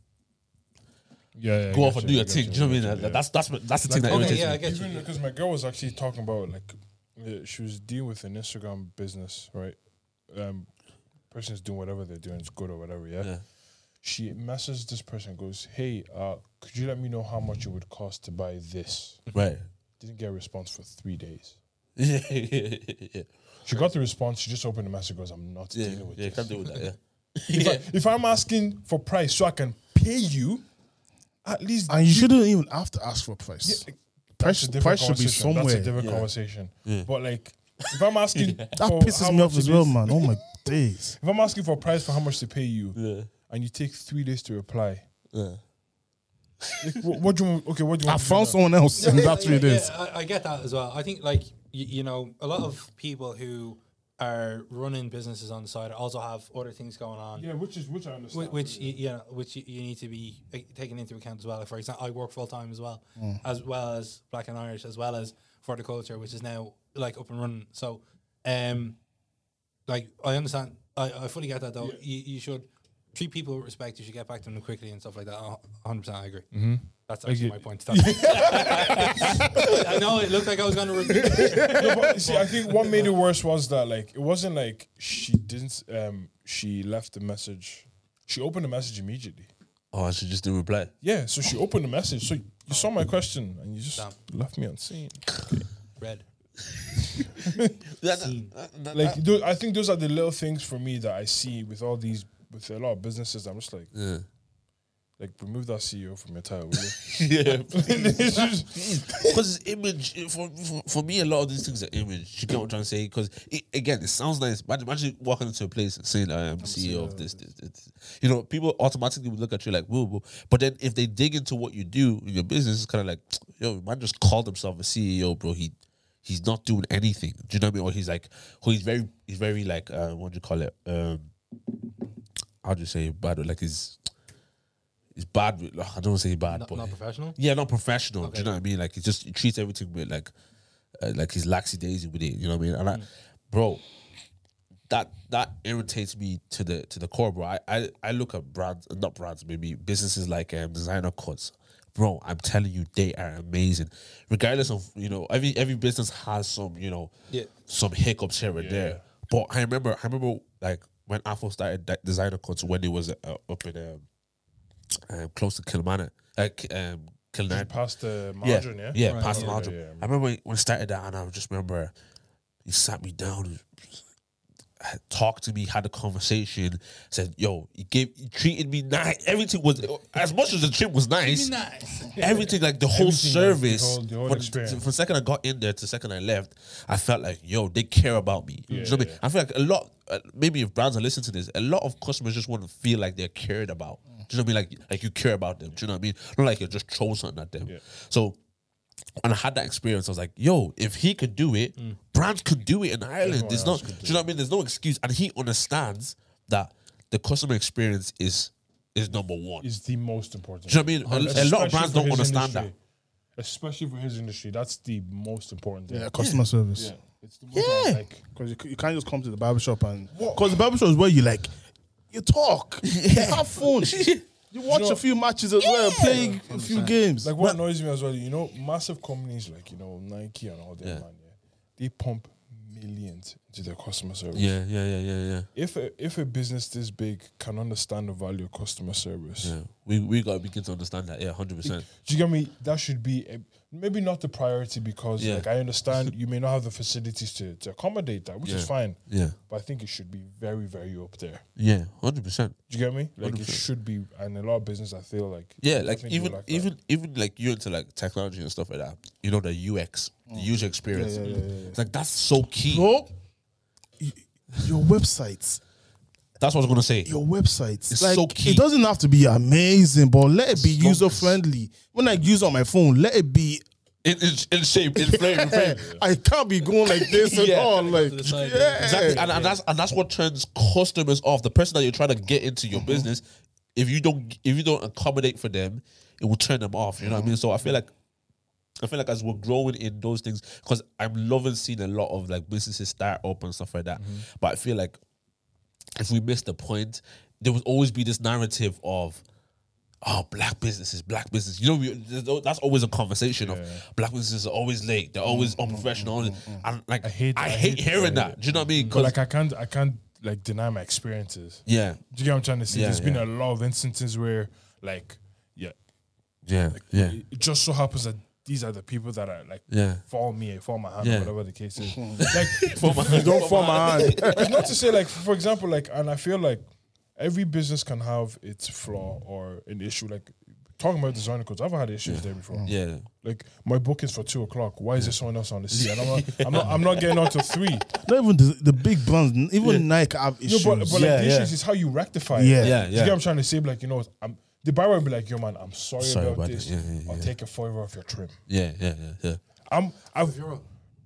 Yeah, yeah. go off and do your thing. Do you know what I mean? That- That's that's what- that's the thing that okay, irritates yeah, I me. get Even you. because my girl was actually talking about like uh, she was dealing with an Instagram business, right? Um, person is doing whatever they're doing, it's good or whatever. Yeah. Yeah. She messages this person, goes, "Hey, uh, could you let me know how much it would cost to buy this?" Right. Didn't get a response for three days. yeah, yeah, She got the response. She just opened the message, goes, "I'm not yeah, dealing with yeah. this." Can't deal with that. Yeah. If, I, if I'm asking for price so I can pay you, At least And you shouldn't even have to ask for a price. Yeah, price It's a price different should be conversation. somewhere. That's a different conversation. But like, if I'm asking, That for how pisses me much off as it well, is- man. Oh my days. If I'm asking for a price for how much to pay you, and you take three days to reply, like, what, what do you want? Okay, what do you I want? found someone else, and that's what it yeah, is. I, I get that as well. I think like you, you know, a lot of people who are running businesses on the side also have other things going on. Yeah, which is which I Which, understand. which you, you know, which you, you need to be like, taken into account as well. Like for example, I work full time as well, as well as Black and Irish, as well as for the culture, which is now like up and running. So, um, like I understand, I, I fully get that though. You, you should treat people with respect. You should get back to them quickly and stuff like that. hundred percent, I agree. That's actually my point. That's- I know it looked like I was going to repeat. no, but see, I think what made it worse was that like it wasn't like she didn't. Um, she left the message. She opened the message immediately. Oh, I should just do reply. Yeah, so she opened the message. So you saw my question and you just Damn. left me unseen. Red. Like tho- I think those are the little things for me that I see with all these with a lot of businesses. I'm just like, like remove that CEO from your title. Will you? Yeah, because it's image it- for, for for me. A lot of these things are image. You get what I'm trying to say? Because it, again, it sounds nice. Imagine, imagine walking into a place and saying, "I am E CEO of this, this, this." You know, people automatically would look at you like, "Whoa!" whoa." But then if they dig into what you do in your business, it's kind of like, "Yo, man, just called himself a CEO, bro. He he's not doing anything." Do you know what I mean? Or he's like, or he's very he's very like uh, what do you call it? Um, how do you say bad? Like he's he's bad. With, I don't want to say bad, Not, but not professional. yeah, not professional. Do you know what I mean? Like he just he treats everything with like, uh, like he's laxy daisy with it. You know what I mean? And I, bro, that that irritates me to the to the core, bro. I I, I look at brands, not brands, maybe businesses like um, designer cuts. Bro, I'm telling you, they are amazing. Regardless of you know, every every business has some you know, Yeah. some hiccups here and there. But I remember, I remember like when Afro started de- designer cuts when it was uh, up in um, um, close to Kilmarnock, uh, K- um, Kilnarn. Past the Yeah, margin, yeah, yeah, past the Yeah, margin. yeah, I remember when- when I started that, and I just remember he sat me down, and just had- talked to me, had a conversation, said, "Yo, he gave, he treated me nice. Everything was as much as the trip was nice. Nice. Everything like the whole Everything, like, the service. whole- the whole from- experience. from the second I got in there to the second I left, I felt like, yo, they care about me. Do you know what I mean? I feel like a lot. Uh, maybe if brands are listening to this, a lot of customers just want to feel like they're cared about. Do you know what I mean? Like, like you care about them. Do you know what I mean? Not like you're just throwing something at them. So and I had that experience. I was like, yo, if he could do it, Mm. brands could do it in Ireland. There's no, do you know what I mean? There's no excuse. And he understands that the customer experience is is number one. is the most important. do you know what I mean? A, a lot Especially of brands for don't his understand industry. Especially for his industry, that's the most important thing. Yeah, customer service. Yeah. It's the most yeah. like Because you, c- you can't just come to the barbershop and. Because the barbershop is where you like, you talk, you have fun, you watch a few matches as well, play a few games. Like what annoys me as well, you know, massive companies like you know Nike and all that, man. Yeah, they pump millions into their customer service. that. Yeah, yeah, yeah, yeah, yeah. If a, if a business this big can understand the value of customer service, Yeah. We we gotta begin to understand that. Yeah, hundred percent. do you get me? That should be a, maybe not the priority because Yeah. like I understand you may not have the facilities to, to accommodate that, which is fine. Yeah. But I think it should be very very up there. Yeah, hundred percent. Do you get me? Like it should be, and a lot of business I feel like Yeah, like definitely do even that. even even like you into like technology and stuff like that. You know the UX, the user experience. It's like that's so key. Bro, y- your websites, That's what I was gonna say. your websites. It's like, so key. It doesn't have to be amazing, but let it be long as- user friendly. When I use it on my phone, let it be. In, in, in shape, in flame, in frame. I can't be going like this at Yeah. all. Like, the side, yeah. Exactly, and, and that's and that's what turns customers off. The person that you're trying to get into your business, if you don't if you don't accommodate for them, it will turn them off. You know what I mean? So I feel like I feel like as we're growing in those things, because I'm loving seeing a lot of like businesses start up and stuff like that. But I feel like if we miss the point, there would always be this narrative of. Oh, black businesses, black business. You know, we, there's al- that's always a conversation of black businesses are always late. They're always unprofessional. And like, I hate, hate- I hate, hate- hearing I hate- that. Do you know what I mean? 'Cause- but like I can't I can't like deny my experiences. yeah, Do you get what I'm trying to say? Yeah, There's been a lot of instances where, like, yeah, yeah, yeah, it just so happens that these are the people that are like, Yeah. fall me, fall my hand, Yeah. whatever the case is. like, don't fall my hand. it's not to say, like, for example, like, and I feel like every business can have its flaw or an issue. Like, talking about designer codes, I've had issues there before. Yeah. Like my book is for two o'clock. Why is there someone else on the seat? And I'm not, I'm not, I'm not getting out till three. Not even the, the big brands, n- even Nike have No, issues. but, but like Yeah, the yeah. issues is how you rectify Yeah. it. Yeah, Do you get yeah. what I'm trying to say? But, Like, you know, I'm, the buyer will be like, yo, man, I'm sorry, Sorry about, about this. that. Yeah, yeah, I'll yeah. take a fiver off your trim. Yeah, yeah, yeah, yeah. I'm, I've, Euro.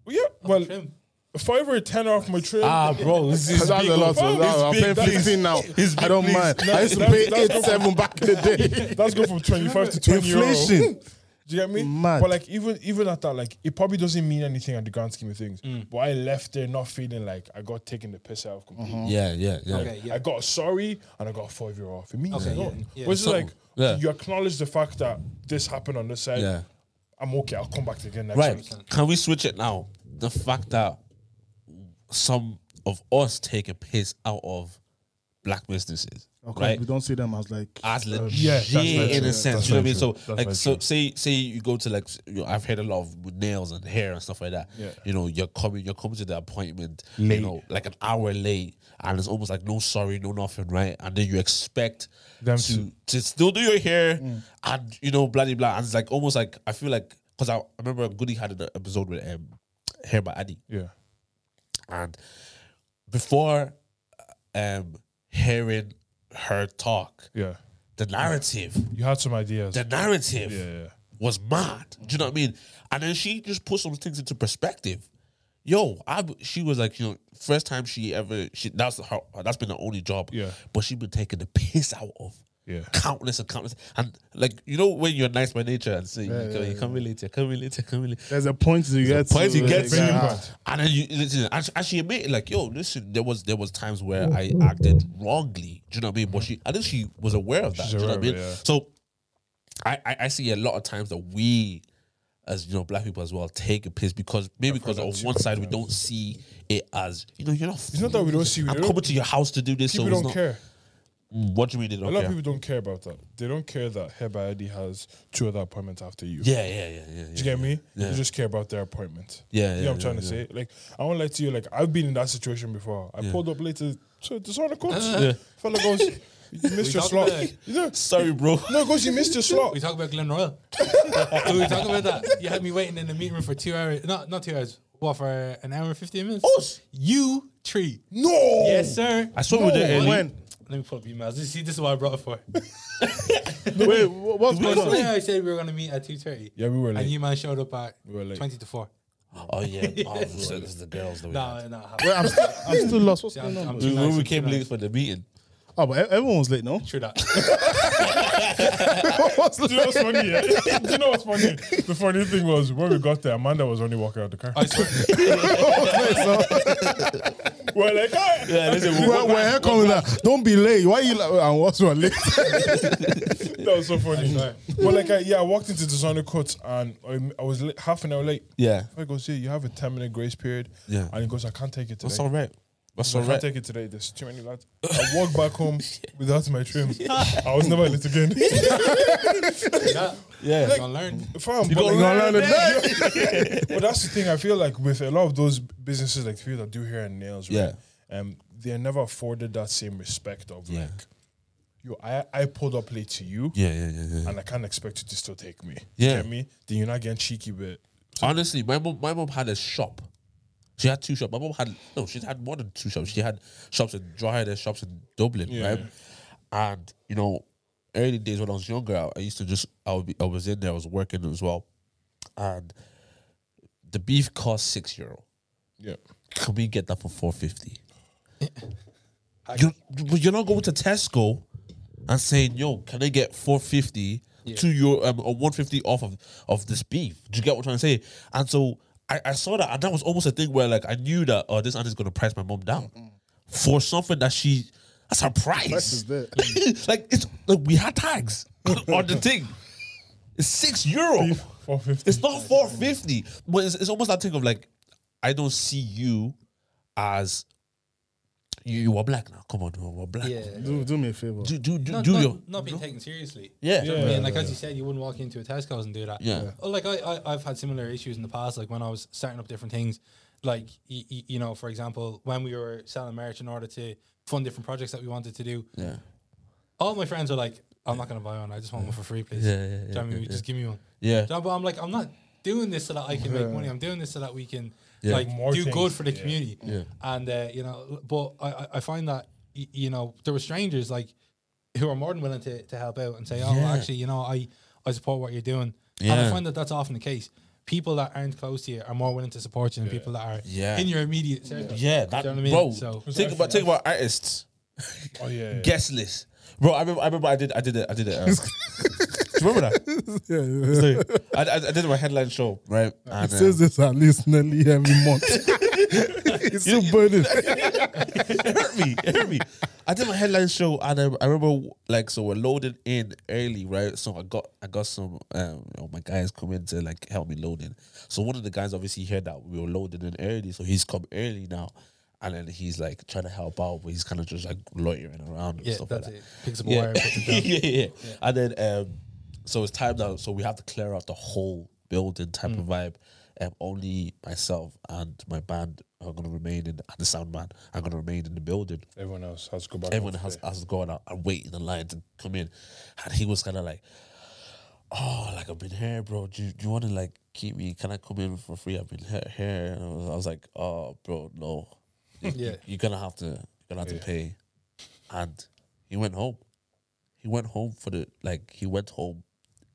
yeah, well, Trim. a five or a ten off my trim. Ah, bro, this is Because that's a lot. It's I'm oh, big, paying that is- 15 now. it's I don't big, mind. please. I used to That's- pay that's 8 7 back in the day. That's go from 25 to oh. 20 euro. Inflation. Do you get me? Mad. But like even even at that, like it probably doesn't mean anything at the grand scheme of things. Mm. But I left there not feeling like I got taken the piss out of completely. Yeah, yeah, yeah. Okay, yeah. I got sorry and I got a five year off. It means Okay, nothing. yeah, yeah. But it's Something. like Yeah. you acknowledge the fact that this happened on this side. Yeah. I'm okay. I'll come back again next Right. week. Can we switch it now? The fact that some of us take a piss out of black businesses. Of course, Right. We don't see them as like. um, as legit that's very in true. a sense. That's You know what I very mean? So true. That's like, very so true. say say you go to like, s- you know, I've heard a lot of with nails and hair and stuff like that. Yeah. You know, you're coming, you're coming to the appointment, you know, like an hour late, and it's almost like no sorry, no nothing, right? And then you expect Them to, to to- Mm. still do your hair, and you know, bloody blah, and it's like almost like I feel like because I, I remember Goody had an episode with um, hair by Addy, Yeah. and before um hearing her talk, Yeah. the narrative You had some ideas. the narrative yeah, yeah. was mad. Do you know what I mean? And then she just put some things into perspective. Yo, I b- she was like, you know, first time she ever she that's her that's been her only job. Yeah. But she been taking the piss out of Yeah. countless and countless and like you know when you're nice by nature and say you, come, you come in later, come in later, come in later. There's a point you get. Point to, you get like, to, ah, and then you listen, and she, and she admitted like, yo, listen, there was there was times where I Mm-hmm. acted wrongly. Do you know what I mean? But she, I think she was aware of that. She's do you know aware what I mean? of it, yeah. So, I, I I see a lot of times that we, as you know, black people as well, take a piss because maybe because heard that on too one side we many times. don't see it as you know you're not. It's not that we don't see. We I'm don't, coming to your house to do this. people so it's don't not, care. What do you mean they A don't lot care? of people don't care about that. They don't care that Heba Eddie has two other appointments after you. yeah, yeah, yeah, yeah. Do you yeah, get me? Yeah. They just care about their appointment. Yeah, You yeah, know what I'm trying yeah, to say? Like, I won't lie to you, like, I've been in that situation before. I pulled up late to, to design coach. Uh-huh. Fella goes, you missed your talked slot. about it. You know, Sorry, bro. no, it goes, you missed your slot. We Oh, talk about Glen Royal. Do we talk about that? You had me waiting in the meeting room for two hours. Not not two hours. What for an hour and fifteen minutes? Us. You three. No! Yes, sir. I saw we were there early. When? Let me pull up emails. You see, this is what I brought it for. Wait, wh- what's going Last on? night I said we were gonna meet at two thirty. Yeah, we were And late. you man showed up at were late. twenty to four. Oh yeah, oh, so this is the girls. that we had. No, no. I haven't. Wait, I'm, st- I'm still lost. What's See, going I'm- on? I'm bro? too When nice, we I'm came too late nice. for the meeting. Oh, but e- everyone was late, no? True that. What's the- Do you know what's funny? Yeah? Do you know what's funny? The funny thing was, when we got there, Amanda was only walking out the car. I swear. We're like, "Alright." Yeah, listen, we- Where, where coming that? Don't be late. Why you like? And what's wrong? Late. that was so funny. But like, I, yeah, I walked into designer court and I, I was late, half an hour late. Yeah. I goes, yeah, you have a 10 minute grace period. Yeah. And he goes, I can't take it today. That's all right. That's I all can't right. take it today. There's too many lads. I walked back home without my trim. I was never lit again. Yeah. Yeah. You're gonna learn. Fam, but, don't learn like- but that's the thing. I feel like with a lot of those businesses, like people that do hair and nails, right? Um, they're never afforded that same respect of Yeah. like, yo, I, I pulled up late to you, Yeah, yeah, yeah, yeah. and I can't expect you to still take me. Yeah. Get me? Then you're not getting cheeky with. Honestly, my mom, my mom had a shop. She had two shops. My mom had no. She had more than two shops. She had shops in dry hair, shops in Dublin, right? And you know, early days when I was younger, I, I used to just I would be, I was in there. I was working as well, and the beef cost six euro. Yeah. Can we get that for four fifty? You but you're not going to Tesco and saying, "Yo, can I get 450 to your um, or 150 off of of this beef?" Do you get what I'm trying to say? And so I, I saw that, and that was almost a thing where like I knew that oh, this aunt is going to price my mom down for something that she that's her price. is there. like it's like we had tags on the thing. It's six euro. 450. It's not 450. But it's, it's almost that thing of like, I don't see you as you, you are black now. Come on, you are black. Yeah. Do, do me a favor. Do do do, Not, do not, your not being taken seriously. yeah. Do you know what I mean? Like as you said, you wouldn't walk into a Tesco's and do that. Yeah. Yeah. Oh, like I, I, I've had similar issues in the past. Like when I was starting up different things, like y- y- you know, for example, when we were selling merch in order to fund different projects that we wanted to do. Yeah. All my friends were like, I'm not gonna buy one. I just want one for free, please. Yeah, yeah, yeah, Do you know what I mean? yeah, Just give me one. Yeah. No, but I'm like, I'm not doing this so that I can make money. I'm doing this so that we can Yeah. like More do good things. for the Yeah. community. Yeah. And uh, you know, l- but I, I- I find that y- you know there were strangers like who are more than willing to, to help out and say, oh, well, Yeah. actually, you know, I I support what you're doing. And I Yeah. find that that's often the case. People that aren't close to you are more willing to support you than people that are Yeah. in your immediate circle. Yeah, that Do you know what I mean? bro. So- think about think about artists. Oh yeah, yeah. Guest list, bro. I remember. I remember. I did. I did it. I did it. uh, do you remember that? Yeah, Sorry. I, I, I did my headline show, right? He And, uh, says this at least nearly every month. It's so burning. it hurt me. It hurt me. I did my headline show, and I, I remember like so we're loading in early, right? So I got I got some um of my guys come in to like help me load in. So one of the guys obviously heard that we were loading in early, so he's come early now, and then he's like trying to help out, but he's kind of just like loitering around and Yeah, stuff that's like that. it. Picks up a Yeah. wire. puts it yeah, down. yeah, yeah. And then um, so it's time now. So we have to clear out the whole building type Mm. of vibe. Um, only myself and my band are gonna remain in, and the sound man are gonna remain in the building. Everyone else has to go back. Everyone home has today. has to go out and wait in the line to come in, and he was kind of like, "Oh, like I've been here, bro. Do you, do you want to like keep me? Can I come in for free? I've been he- here." And I was, I was like, "Oh, bro, no. You, Yeah. you, are gonna have to, you're gonna have to pay." And he went home. He went home for the like. He went home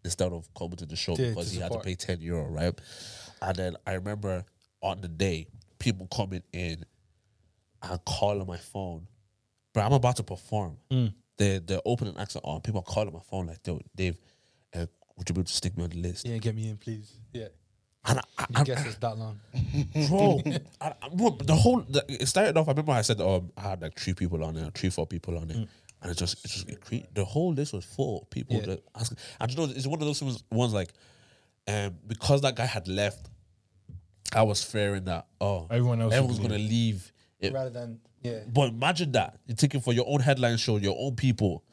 instead of coming to the show To- because to he had to support. pay ten euro, right? And then I remember on the day people coming in and calling my phone bro, I'm about to perform. The the opening acts are on. People are calling my phone like, "Dude, Dave, uh, would you be able to stick me on the list?" Yeah, get me in, please. Yeah. And I, I, I guess it's that long. I- bro, I, I- bro, the whole the, it started off. I remember I said, "Oh, I had like three people on it, three four people on it." And it just, it just it cre- the whole list was full of people Yeah. that asking. And you know, it's one of those ones, ones like, um, because that guy had left, I was fearing that oh, Everyone else would everyone's gonna leave. It- Rather than yeah. But imagine that you're taking for your own headline show, your own people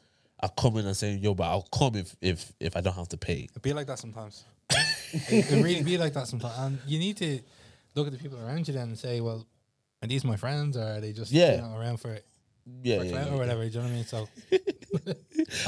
are coming and saying, "Yo, but I'll come if if if I don't have to pay." It'd be like that sometimes. it it really be like that sometimes. And you need to look at the people around you then and say, well, are these my friends or are they just Yeah. you know, around for it? Yeah, for yeah, clout yeah. or whatever, do you know what I mean? So I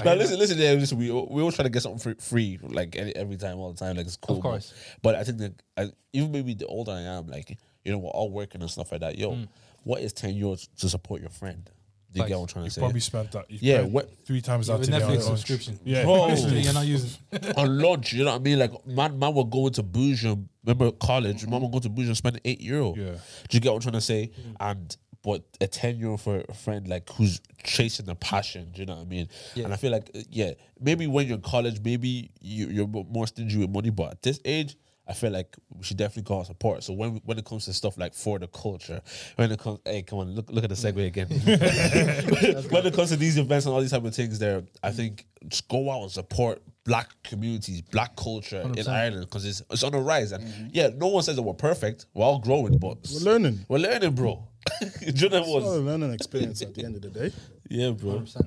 Now hear listen, listen, yeah, listen. We all- we always try to get something free, free like any, every time, all the time. Like it's cool, but- course. But, I think that I, even maybe the older I am, like you know, we're all working and stuff like that. Yo, what is ten euros to support your friend? Do you Hmm. Like, get what I'm trying You to say? probably spent that. You Yeah, spent what- Three times that. that With today on Netflix lunch. subscription. Yeah, Bro. Literally, you're not using on lunch, you know what I mean? Like man, man will go into Bougium. Remember college? Mom will go to Bougium, spend eight euro. Yeah. Do you get what I'm trying to say? And but a ten euro for a friend like who's chasing the passion. Do you know what I mean? And I feel like uh, yeah, maybe when you're in college, maybe you, you're mo- more stingy with money, but at this age. I feel like we should definitely call out support. So when when it comes to stuff like for the culture, when it comes, hey, come on, look look at the segue again. when it comes to these events and all these type of things, there, I think just go out and support black communities, black culture in Ireland because it's it's on the rise. And yeah, no one says that we're perfect. We're all growing, but We're learning. We're learning, bro. Do you know It's all a what? learning experience at the end of the day. Yeah, bro. 100%.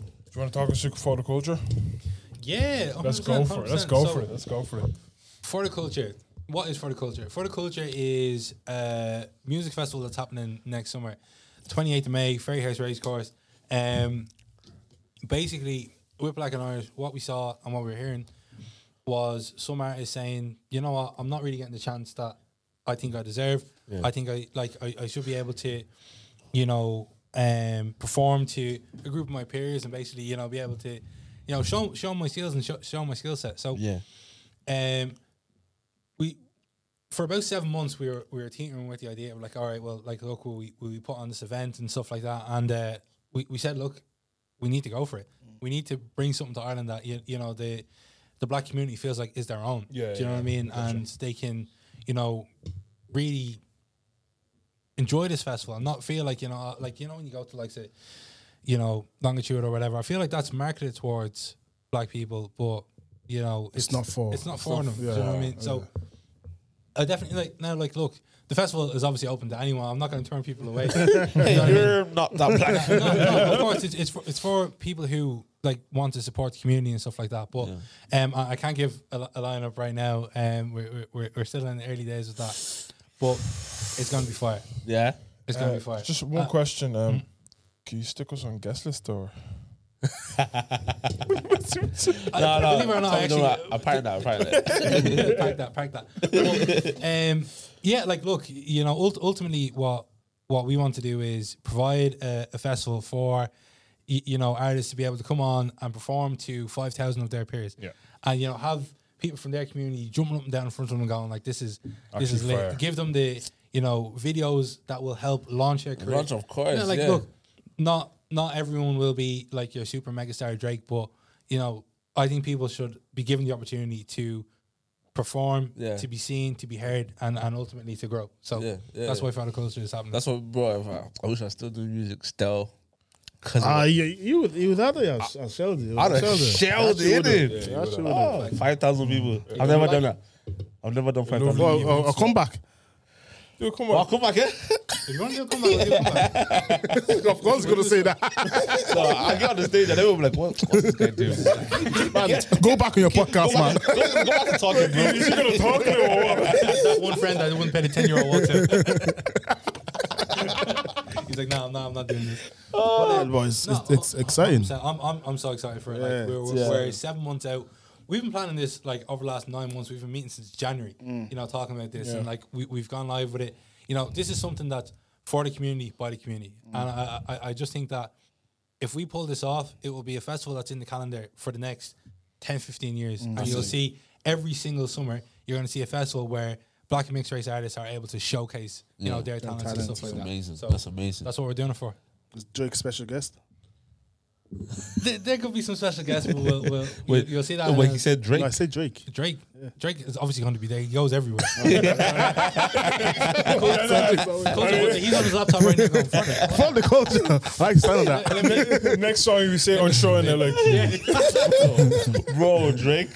Do you want to talk us through for the culture? Yeah. Let's 100%, go for it. Let's 100%. go So- for it. Let's go for it. For the culture, what is for the culture? For the culture is a music festival that's happening next summer, twenty eighth of May, Ferry House Racecourse. Um, basically, with Black and Irish, what we saw and what we were hearing was some artists saying, "You know what? I'm not really getting the chance that I think I deserve. I think I like I, I should be able to, you know, um, perform to a group of my peers and basically, you know, be able to." You know, show show my skills and show, show my skill set. So Yeah, um, we for about seven months we were we were tinkering with the idea of like, all right, well, like, look, will we will we put on this event and stuff like that, and uh, we we said, look, we need to go for it. Mm. We need to bring something to Ireland that you, you know the the black community feels like is their own. Yeah, do you know what I mean? And they can, you know, really enjoy this festival and not feel like you know, uh, like you know, when you go to like say, you know, longitude or whatever. I feel like that's marketed towards black people, but you know, It's not for- it's not it's for not- them. do you know what I yeah, mean? So. I definitely like now. Like, look, the festival is obviously open to anyone. I'm not going to turn people away. You know what I mean? you're not that black. no, no, of course, it's, it's for it's for people who like want to support the community and stuff like that. But um, I, I can't give a, li- a lineup right now. Um, we're, we're- we're we're still in the early days with that, but it's gonna be fire. yeah, Uh, It's gonna be fire. mm. Just one question. Um, can you stick us on guest list or? I, no, believe it or not, I tell me actually no, I- I parried that. I parried that. pack that, pack that. But, um, yeah, like look, you know, ult- ultimately, what what we want to do is provide a, a festival for y- you know artists to be able to come on and perform to five thousand of their peers, Yeah. and you know have people from their community jumping up and down in front of them and going like, "This is this Actually is lit." fire. Give them the you know videos that will help launch their career. Launch, of course, Yeah, like yeah. look, not not everyone will be like your super megastar Drake, but you know, I think people should be given the opportunity to perform, Yeah. to be seen, to be heard, and, and ultimately to grow. So Yeah, yeah, that's yeah. why Father Culture is happening. That's what, bro. I- I wish I still do music still. Cause Ah, you, you, was- you was out there. I, I shelled you. I'd I have shelled it, innit? I shelled you. Oh, 5,000 people. I've never done that. I've never done 5,000 Well, people. I'll- I'll come back. Yo, come I'll on. come back, eh? if you want to do a comeback, we'll do a comeback. Of course, gonna say that. No, I get on the stage and everyone will be like, what, what's this guy doing? Go back on your podcast, man. Go, go back to talking, bro. Is he gonna talk now or what? that one friend I wouldn't pay the 10 year old to. He's like, no, nah, no, nah, I'm not doing this. Well, it's, No, it's, it's exciting. So I'm, I'm, I'm so excited for it. Like, Yeah, we're, it's we're, we're seven months out. We've been planning this like over the last nine months. We've been meeting since January, you know, talking about this. And like we, we've gone live with it. You know, this is something that's for the community, by the community. And I, I, I just think that if we pull this off, it will be a festival that's in the calendar for the next 10, 15 years. And you'll see every single summer, you're going to see a festival where black and mixed race artists are able to showcase, you know, their talents and stuff like that. Amazing. So That's amazing. that's what we're doing it for. Is Drake special guest? There, there could be some special guests, but we'll, we'll, Wait, you'll see that. Wait, in he a- said Drake. No, I said Drake. Drake. Drake is obviously going to be there. He goes everywhere. Culture- he's on his laptop right now. Going, "Fuck it." From the culture. I like sound of that. Next song you say on show and they're like, yeah. Bro, Drake.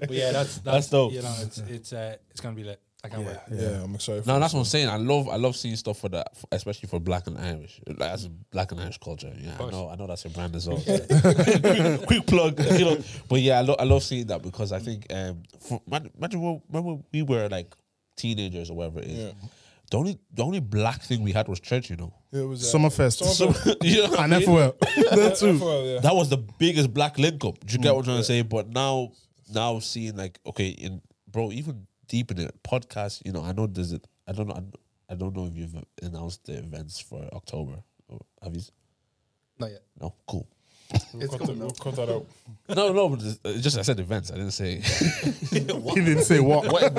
But yeah, that's that's, dope. You know, it's it's uh, it's going to be lit. I can't wait. I'm excited. For No, that's what I'm saying. I love, I love seeing stuff for that, for- especially for Black and Irish. Like, that's Black and Irish culture. Yeah, I know, I know that's your brand as well. quick, quick plug, you know. But yeah, I, lo- I love seeing that because I think, um, for, imagine imagine when, when we were like teenagers or whatever it is. The only, the only black thing we had was church, you know. it was, uh, Summerfest. Summerfest. You know what I and mean? FOL. The two. FOL, yeah. that was the biggest black link up. Do you get what I'm trying to say? But now, now seeing like okay, in bro, even deep in it, podcast. You know, I know there's it. I don't know. I don't know if you've announced the events for October. Or Have you? Not yet. No, cool. We'll cut, that, we'll cut that out. No, no, but it's- it's just I said events. I didn't say. He didn't say what. What-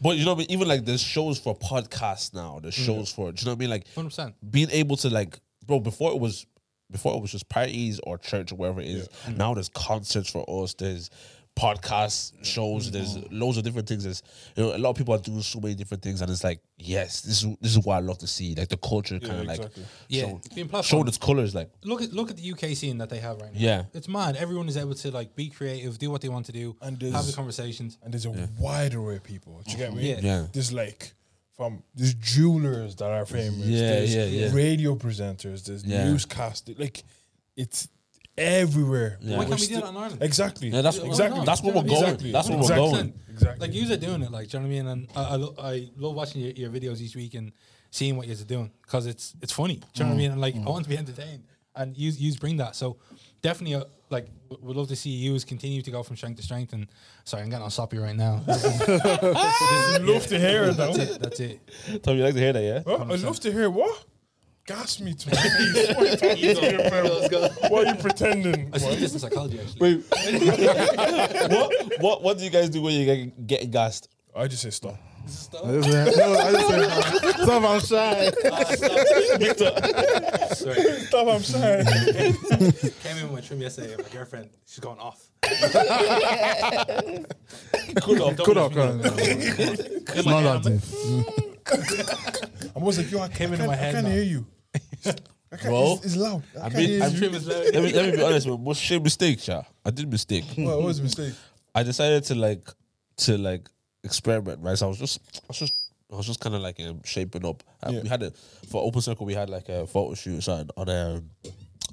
but you know, what I mean? even like there's shows for podcasts now. There's shows for. Do you know what I mean? Like 100%. being able to like, bro. Before it was, before it was just parties or church or wherever it is. Now there's concerts for us. There's podcasts, shows. Mm-hmm. There's loads of different things. There's you know a lot of people are doing so many different things, and it's like yes, this is this is what I love to see. Like the culture kind of exactly. like Yeah, show- being platformed. showing its colors. Like Look at look at the UK scene that they have right now. Yeah. it's mad. Everyone is able to like be creative, do what they want to do, And there's- have the conversations. And there's a wide array of people. Do you get me? Yeah. Yeah. There's like from there's jewelers that are famous. Yeah, there's yeah, yeah. Radio presenters. There's Yeah. newscast. Like it's everywhere. Yeah. Why can't We're we do that still- in Ireland? Exactly. Yeah, that's- exactly. that's where we're going. Exactly. That's where we're exactly. going. Exactly. Like you're doing it, like do you know what I mean? And I, I, lo- I love watching your, your videos each week and seeing what you're doing because it's it's funny. Do you know Mm. what I mean? And like I want to be entertained, and you you bring that. So definitely, uh, like w- would love to see you continue to go from strength to strength. And sorry, I'm getting all soppy right now. I love to hear it. That's though. it. That's it. Tom, you like to hear that, yeah? Huh? I love to hear what. Gas me to my face. What are you talking about? Why are you pretending? I studied Why? this in psychology actually. what what what do you guys do when you get getting gassed? I just say stop. I just said, no, I just said, stop, I'm shy. Sorry. Stop! I'm sorry. Came in with my trim yesterday. and My girlfriend, she's going off. Cool off. Good luck, man. It's Not that deep. I was like, yo, I Came can't, into I my can't, I head can't now. hear you. I can't, Bro, it's, it's loud. I, can't mean, hear I'm you. Trim is loud. let me let me be honest, man. What's shame mistake, yeah? I did mistake. What what was the mistake? I decided to like to like experiment, right? So I was just I was just I was just kind of like um, shaping up. Uh, We had a for open circle. We had like a photo shoot or something on um,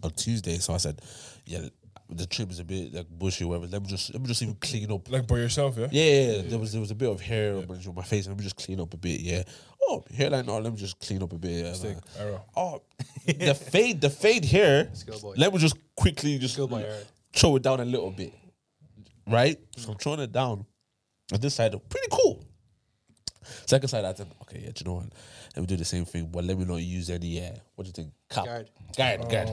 on Tuesday. So I said, yeah, the trim is a bit like bushy, or whatever. Let me just let me just even clean up. Like by yourself, yeah? Yeah, yeah, yeah. there was there was a bit of hair on my face. Let me just clean up a bit. Yeah. Oh, hairline. Oh, let me just clean up a bit. yeah, Stick, nah. arrow. Oh, the fade, the fade here. Skill boy. Let me just quickly just Skill boy, alright. throw it down a little bit, right? So I'm throwing it down. On this side, pretty cool. Second side, I think, okay, yeah, do you know what? Let me do the same thing, but let me not use any. Uh, what do you think? Cap, Guard. guard, guard.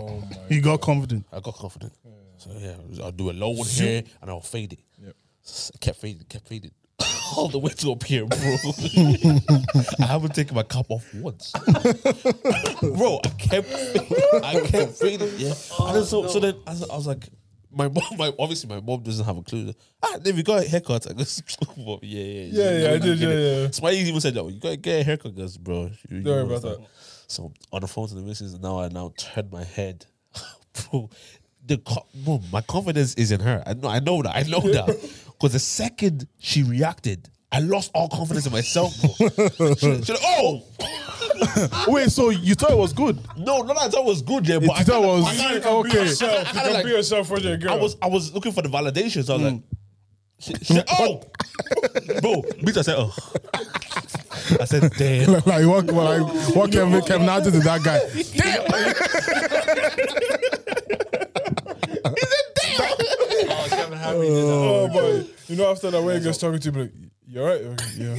You got confident. I got confident. So yeah, I'll do a low one here and I'll fade it. Yep. S- kept fading, kept fading. All the way to up here, bro. I haven't taken my cap off once, bro. I kept, I kept fading. Yeah. and then so, so then I was, I was like, my mom, my obviously my mom doesn't have a clue. Ah, then we got a haircut. I goes, yeah, yeah, Yeah, yeah, I did, yeah, yeah. Smiley even said, "No, you gotta get a haircut, guys, bro." You, Don't worry about that. So on the phone to the missus, and now I now turn my head, bro. The co- bro, my confidence is in her. I know, I know that, I know that. Because the second she reacted, I lost all confidence in myself. Bro. she, she like, oh Wait, so you thought it was good? no, no, that was good, yeah, but I you thought kinda- it was I kinda- okay? I Yourself, you kinda can like- be yourself for your girl. I was I was looking for the validation. So I was like, she, she said, oh, bro, me too, I said, oh. I said, damn. like, like what, what, like, what Kevin Kevin Hart did to that guy? Oh, Kevin Harvey did that. Oh, boy. You know, after that, when he gets talking to you, be like, you alright? Yeah.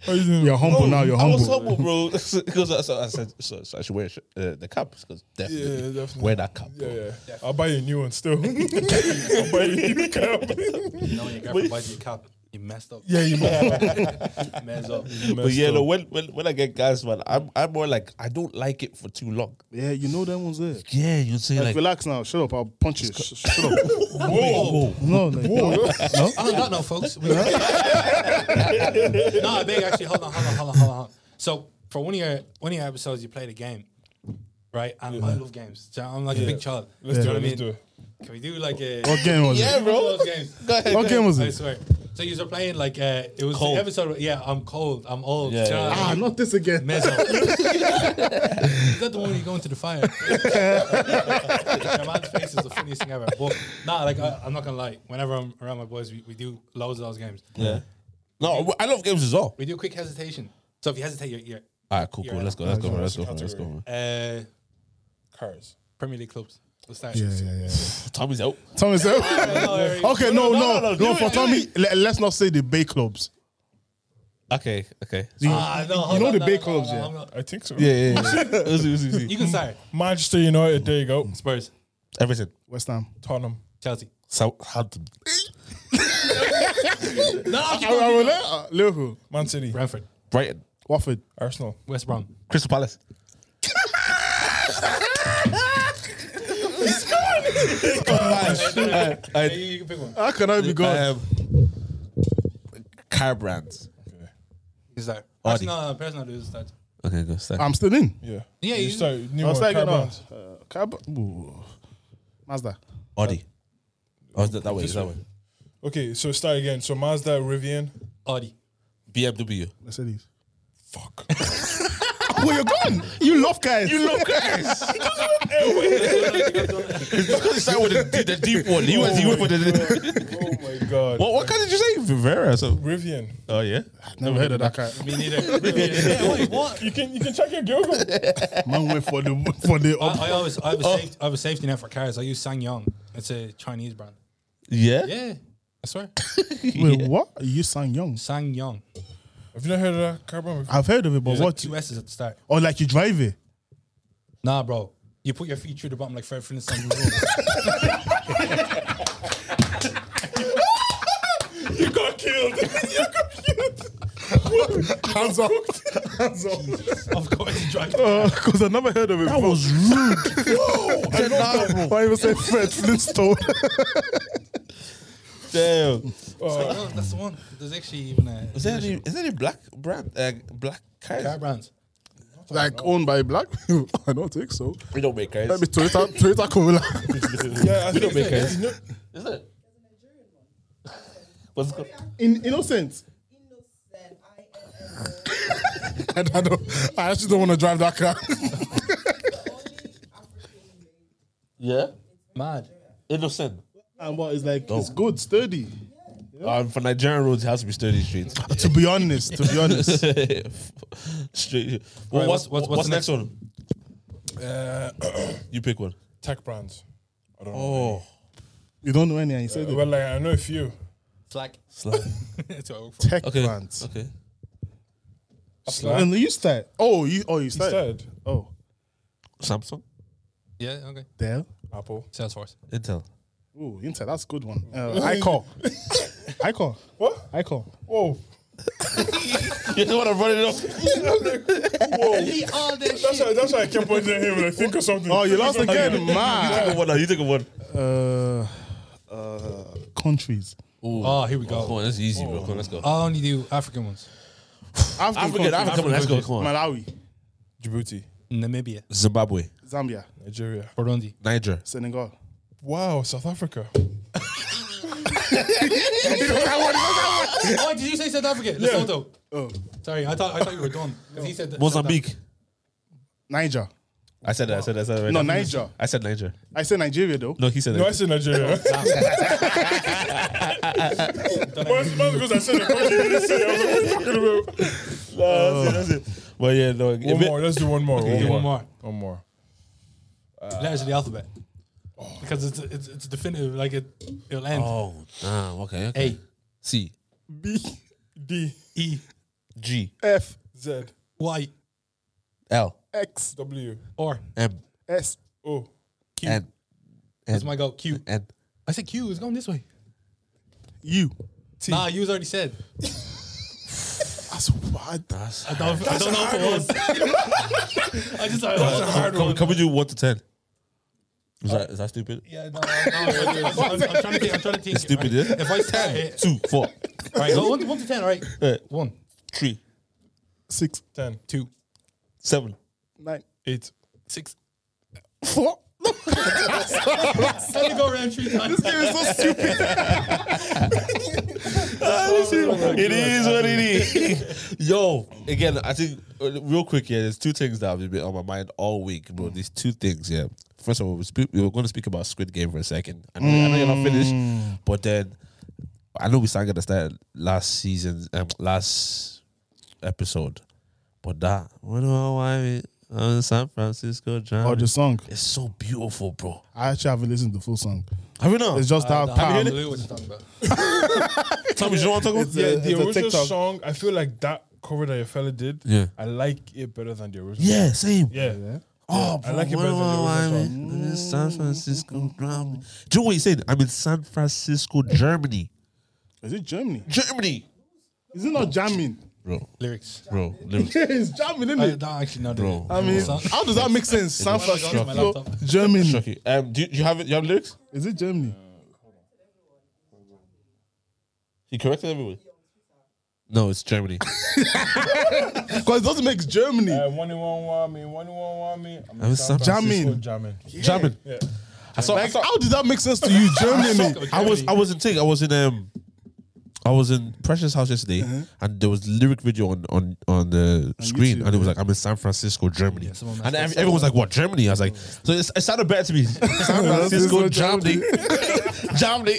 How you doing? You're humble now. You're Oh, I was Oh, humble. humble, bro. Because I, so I said, so, so I should wear a sh- uh, the cap. Because definitely, Yeah, definitely. wear that cap. Yeah, bro. yeah. I'll buy you a new one still. I'll buy you a new cap. You know when your girlfriend buys you a cap, you messed up. Yeah, you must. You messed up. But yeah, no, when, when when I get guys, man, I'm I'm more like I don't like it for too long. Yeah, you know them ones there. Yeah, you say Like, relax now. Shut up. I'll punch you. Sh- shut up. whoa, No, like, no. no? Oh, no, no, folks. We- no, I beg actually. Hold on, hold on, hold on, hold on. hold on. So for one of your one of your episodes, you played a game, right? And I love games. So I'm like a big child. Let's You do know it. what I Let's do mean? it. Can we do like a What game was yeah, it? one bro. of those games? Go ahead. What game was I it? swear. So you were playing like uh, it was Cold. the episode. where- Yeah, I'm cold. I'm old. Yeah, Do you know yeah, what I mean? Ah, not this again. Mezzo. Is that the one where you go into the fire? Your man's face is the funniest thing ever. But nah, like I, I'm not gonna lie. Whenever I'm around my boys, we, we do loads of those games. Yeah. No, I love games as well. We do quick hesitation. So if you hesitate, you're, you're All right, cool, cool. Yeah. Let's go. Let's go. man, Let's go. man, Let's go. man. uh, Cars. Premier League clubs. Let's start. Yeah, yeah, yeah. Tommy's out. Tommy said, no, okay, no, no, no, no, no, no, do it, for do Tommy, let, us not say the Bay clubs. Okay. Okay. Do you- Ah, no, you hold know on, the no, Bay no, clubs, no, no, yeah. I'm not- I think so. Yeah, yeah, yeah. Let's see, let's see, let's see. You can start. Manchester United. There you go. Spurs, Everything. West Ham. Tottenham. Chelsea. Southampton. I, I will let, uh, Liverpool, Man City. Brentford, Brighton. Watford, Arsenal. West Brom. Crystal Palace. He's gone. Yeah, you, you can pick one. You How can I be gone? Um, car brands. can start. Audi. Actually, no, no, personal do start. Okay, go start. I'm still in. Yeah. Yeah, You you- start. New I was like, one. Car you know, brands. uh, cab- ooh. Mazda. Audi. Oh, is that, that way? Is This that way? way. Okay, so start again. So Mazda, Rivian. Audi. BMW. Mercedes. Fuck. Well, you're gone. You love guys. You love Because he started with the, the deep one. He went, he went for the. oh my god. What, what car did you say? Vivera. So. Rivian. Oh yeah. Never heard of that guy. Me neither. yeah, wait, what? You can you can check your Google. Man went for the for the up. I, I always I have a safe, I have a safety net for cars. I use Sangyong. It's a Chinese brand. Yeah. Yeah, I swear. Wait, what? You sang young. Sangyong. Have you not heard of that car brand? before? I've heard of it, but what? Two S's at the start. Or like you drive it. Nah, bro. You put your feet through the bottom like Fred Flintstone. you roll. You got killed. Hands up. Hands up. of course, you drive. Because I Oh, never heard of it. That was rude. Whoa, Why even say Fred Flintstone? Damn. No, that's the one. There's actually even a Is there any? Is there any black brand? Uh, black cars? car brands. like owned by black people? I don't think so. We don't make cars. Let me Toyota, Toyota Corolla. yeah, I think make it's- Is it? What's it called? In innocent. Innocent, I I, I don't. I actually don't want to drive that car. am only African Yeah. Mad. Innocent. And what is like it's good, sturdy. Um, for Nigerian roads, it has to be sturdy streets. To be honest, to be honest, Straight. Well, Right, what's, what's, what's- what's- what's what's next next? one? you pick one. Tech brands. I don't know. you don't know any. And you said Uh, well, like I know a few. Slack. Slack. That's what I work for. tech Okay. brands. Okay. Slack. And you start. Oh, you oh you He start. said Oh, Samsung. Yeah, okay. Dell. Apple. Salesforce. Intel. Ooh, Intel. That's a good one. Uh, I call. I call. What? I call. Whoa. You don't want to run it off. All this That's why, that's why I kept pointing at him when I think of something. Oh, you lost again, man. Take a one now. You take a one. Uh, uh, countries. Oh, here we Oh, come go. on, that's easy, bro. Come on, let's go. I only do African ones. African, African, countries. African, come on, let's go. Come on. Malawi, Djibouti, Namibia. Zimbabwe, Zambia, Nigeria. Burundi. Niger. Senegal. Wow, South Africa. Why did you say South Africa? Lesotho. Oh, Sorry, I thought I thought you were done. 'Cause he said that- Mozambique. Niger. I said that. I said that. I said that right No, now. Niger. I said Niger. I said Nigeria though. No, he said No, I that. said Nigeria. Why is it not because I said the country you didn't say? I was like, what are you talking about? No, that's it. That's it. Well, Oh. yeah, no. One more. Let's do one more. Okay, one, more. one more. One more. Letters of the alphabet. Because it's it's, it's definitive. Like it it'll end. Oh, damn. Okay. okay. A C. B, D, E G. F Z, Y L. X W, R. M. S. O. Q. N. That's my go. Q. N. I said Q. It's going this way. U. Nah, you was already said. That's bad. I don't, I don't know if it was. I just thought. Can, can, can we do one to ten? Is that is that stupid? yeah, no, no, no, I'm, I'm, I'm trying to think. I'm trying to think. Stupid, right? yeah? If I start it, Two, four, all right, go one, one to ten. All right, one, three, Six. Ten. two, seven. Nine. Eight. six. Four. Let me go around three times. It was so stupid. It is what it is. Yo, again, I think uh, real quick here. There's two things that have been on my mind all week, bro. These two things, yeah. First of all, we, speak, we were going to speak about Squid Game for a second. I know, I know you're not finished, but then I know we sang at the start last season, um, last episode, but that when I am in San Francisco, Or drowning. the song. it's so beautiful, bro. I actually haven't listened to the full song. Have you not? It's just I that don't part. have a clue what you're talking about. Tommy, you know what I'm talking about? Yeah, it's a the original TikTok. song. I feel like that cover that your fella did. Yeah. I like it better than the original. Yeah, same. Yeah. Oh, bro, I like it better than the wow, original I'm in San Francisco, Germany. Do you know what he said? I'm in San Francisco, Germany. Is it Germany? Germany, Is it not jamming? bro, Lyrics. bro, lyrics. it's jamming, isn't I it? don't actually know. the- Bro. I mean, Sound- how does that make sense? San Why am I going to my Francisco, laptop? Germany. Okay, um, do you, do you have it? You have lyrics? Is it Germany? He corrected everyone. No, it's Germany. Because it doesn't make Germany. Uh, one in one, one me, one in one, one me. I'm, I'm in San Francisco Jamming. Jamming. German. I saw. I, Like, saw how did that make sense to you, Germany? Fuck, I was. Germany. I was in thing. I was in um. I was in Precious house yesterday, and there was lyric video on on on the screen, YouTube, and it was like, "I'm in San Francisco, Germany," someone and messed ev- everyone was like, "What Germany?" I was like, "So it's, it sounded better to me, San Francisco, Germany, Germany."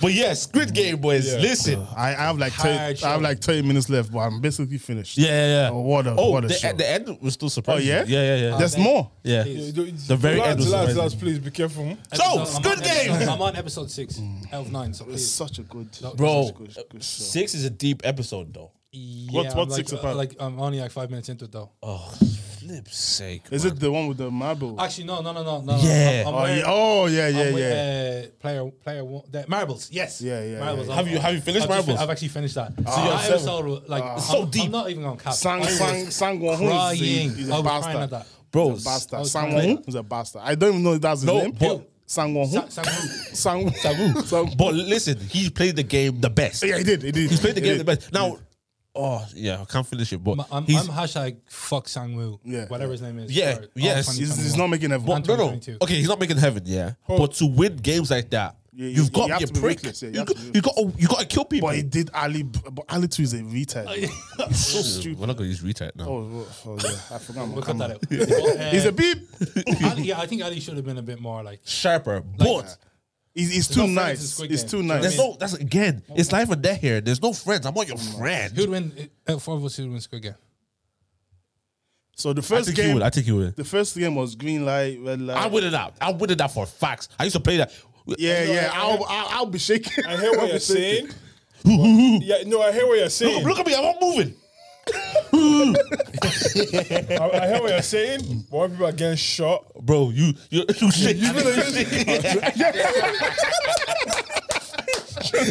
but yeah, Squid Game boys, Yeah. listen. I, I have like Hard 30, I show. have like thirty minutes left, but I'm basically finished. Yeah, yeah, yeah. Oh, what a- oh, what a the, show. the end was still surprising. yeah? yeah, yeah, yeah. There's more. yeah. The very end last, was last, amazing. last, please be careful. hmm? So, I'm Squid on Game. episode- I'm on episode six out of nine. So It's please. such a good, Bro, such a good, good show. six is a deep episode though. Yeah, What's- I'm what's like, six uh, about? Like I'm only like five minutes into it though. Oh, flip's sake! Is it the one with the marble? Actually, no, no, no, no, no. Yeah. I'm, I'm oh, where- yeah. oh yeah, I'm yeah, with, yeah. Uh, player, player one. The, marbles. Yes. Yeah, yeah, Marbles. yeah, I'm- Have you- have you finished I've just Marbles? Fin- I've actually finished that. Ah, So you're that seven. episode, was, like, I'm, so deep. I'm not even gonna cap. Sang, I was sang, sang Won Hoon is a- Crying. is I a was crying bastard. at that. bro? Bastard. was Sang Won trying to- Hoon is a bastard. I don't even know if that's his No, name. but- Sang Won Hoon. Sa- sang who? Sang Won Sang- But listen, he played the game the best. Yeah, he did. He did. He's played the He game the did. best. Now, oh yeah, I can't finish it, but Ma- I'm, he's I'm hashtag fuck Sangwoo. Yeah. Whatever his name is. Oh, Yeah, for all yes. He's, he's 2021. not making effort. but no no 2022. okay. He's not making heaven, yeah. But to win games like that, You- you- You've got you have to to be be a prick. ruthless, yeah, you you, have got, to be you got you got to kill people. But he did Ali, but Ali too is a retard. so We're not gonna use retard now. oh, oh, yeah, I forgot. my We'll cut that camera. out. But, uh, He's a beep. Ali, yeah, I think Ali should have been a bit more like. sharper, but He's, he's no too friends in nice. Squid He's Game. too Do you know what I nice. there's no. That's again. It's life and death here. There's no friends. I'm not Oh your friend. Who'd win? Out of four of us, who'd win Squid Game? So the I first think you game, would. I think you would. the first game was green light, red light. I would that. I would that for facts. I used to play that. Yeah, yeah. I'll, I'll, I'll be shaking. I hear what you're saying. yeah, no, I hear what you're saying. Look at me. I'm not moving. I, I hear what you're saying. Why people are getting shot? Bro, you you you shit.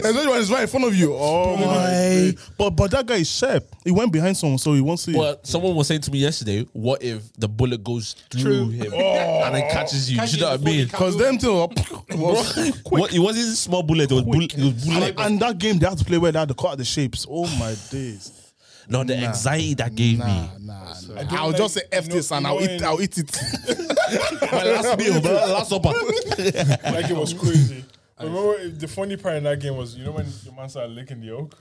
Everyone is right in front of you. Oh my! But but that guy is sharp. He went behind someone, so he won't see. it. But someone was saying to me yesterday, what if the bullet goes through him and it catches you? Catch Do you know you what I mean? before Cause them two, are- was, What, it wasn't a small bullet. It was bullet. It was bullet. and, and that game they had to play where they had to cut the shapes. Oh my days! No, the anxiety that gave me. Nah, nah. don't I'll just say like f this kno- and I'll eat. knowing- I'll eat it. My last meal, bro. Last supper. Like it was crazy. Remember the funny part in that game was you know when your man started licking the oak.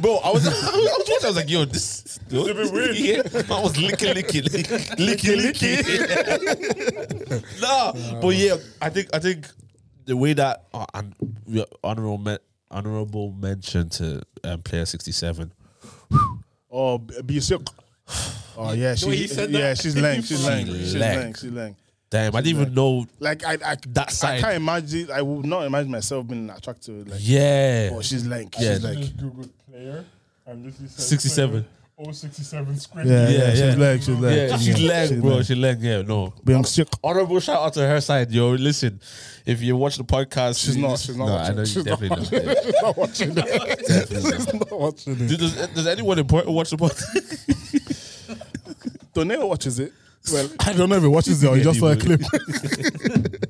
Bro, I was, I was watching. I was like, yo, this is a bit weird. Yeah, I was licking, licking, licking, licking. nah, but yeah, I think I think the way that uh, and we- honorable men, honorable mention to um, player sixty seven. Oh, b- be sick. Oh yeah, she, way he said yeah, that? she's lying. She's She lying. She's lying. lying. She's lying. Damn, I didn't even know. Like I, I That I side. can't imagine. I would not imagine myself being attracted. Like, Yeah, oh, she's lying. Yeah. She's lying. Just Google player and literally said 67. Oh, 67 squid. Yeah, yeah, Yeah, yeah. she's lying. She's lying. she's leg, bro. She's leg. Yeah, no. Being sick. Honorable shout out to her side, yo. Listen, if you watch the podcast, She's you not- just- she's not No, I watching. know you She's not definitely not. Yeah. not watching it. She's not watching it. Dude, does, does anyone important watch the podcast? Doneo watches it. Well, I don't know if he watches it or he Yeah, just he saw a would. clip.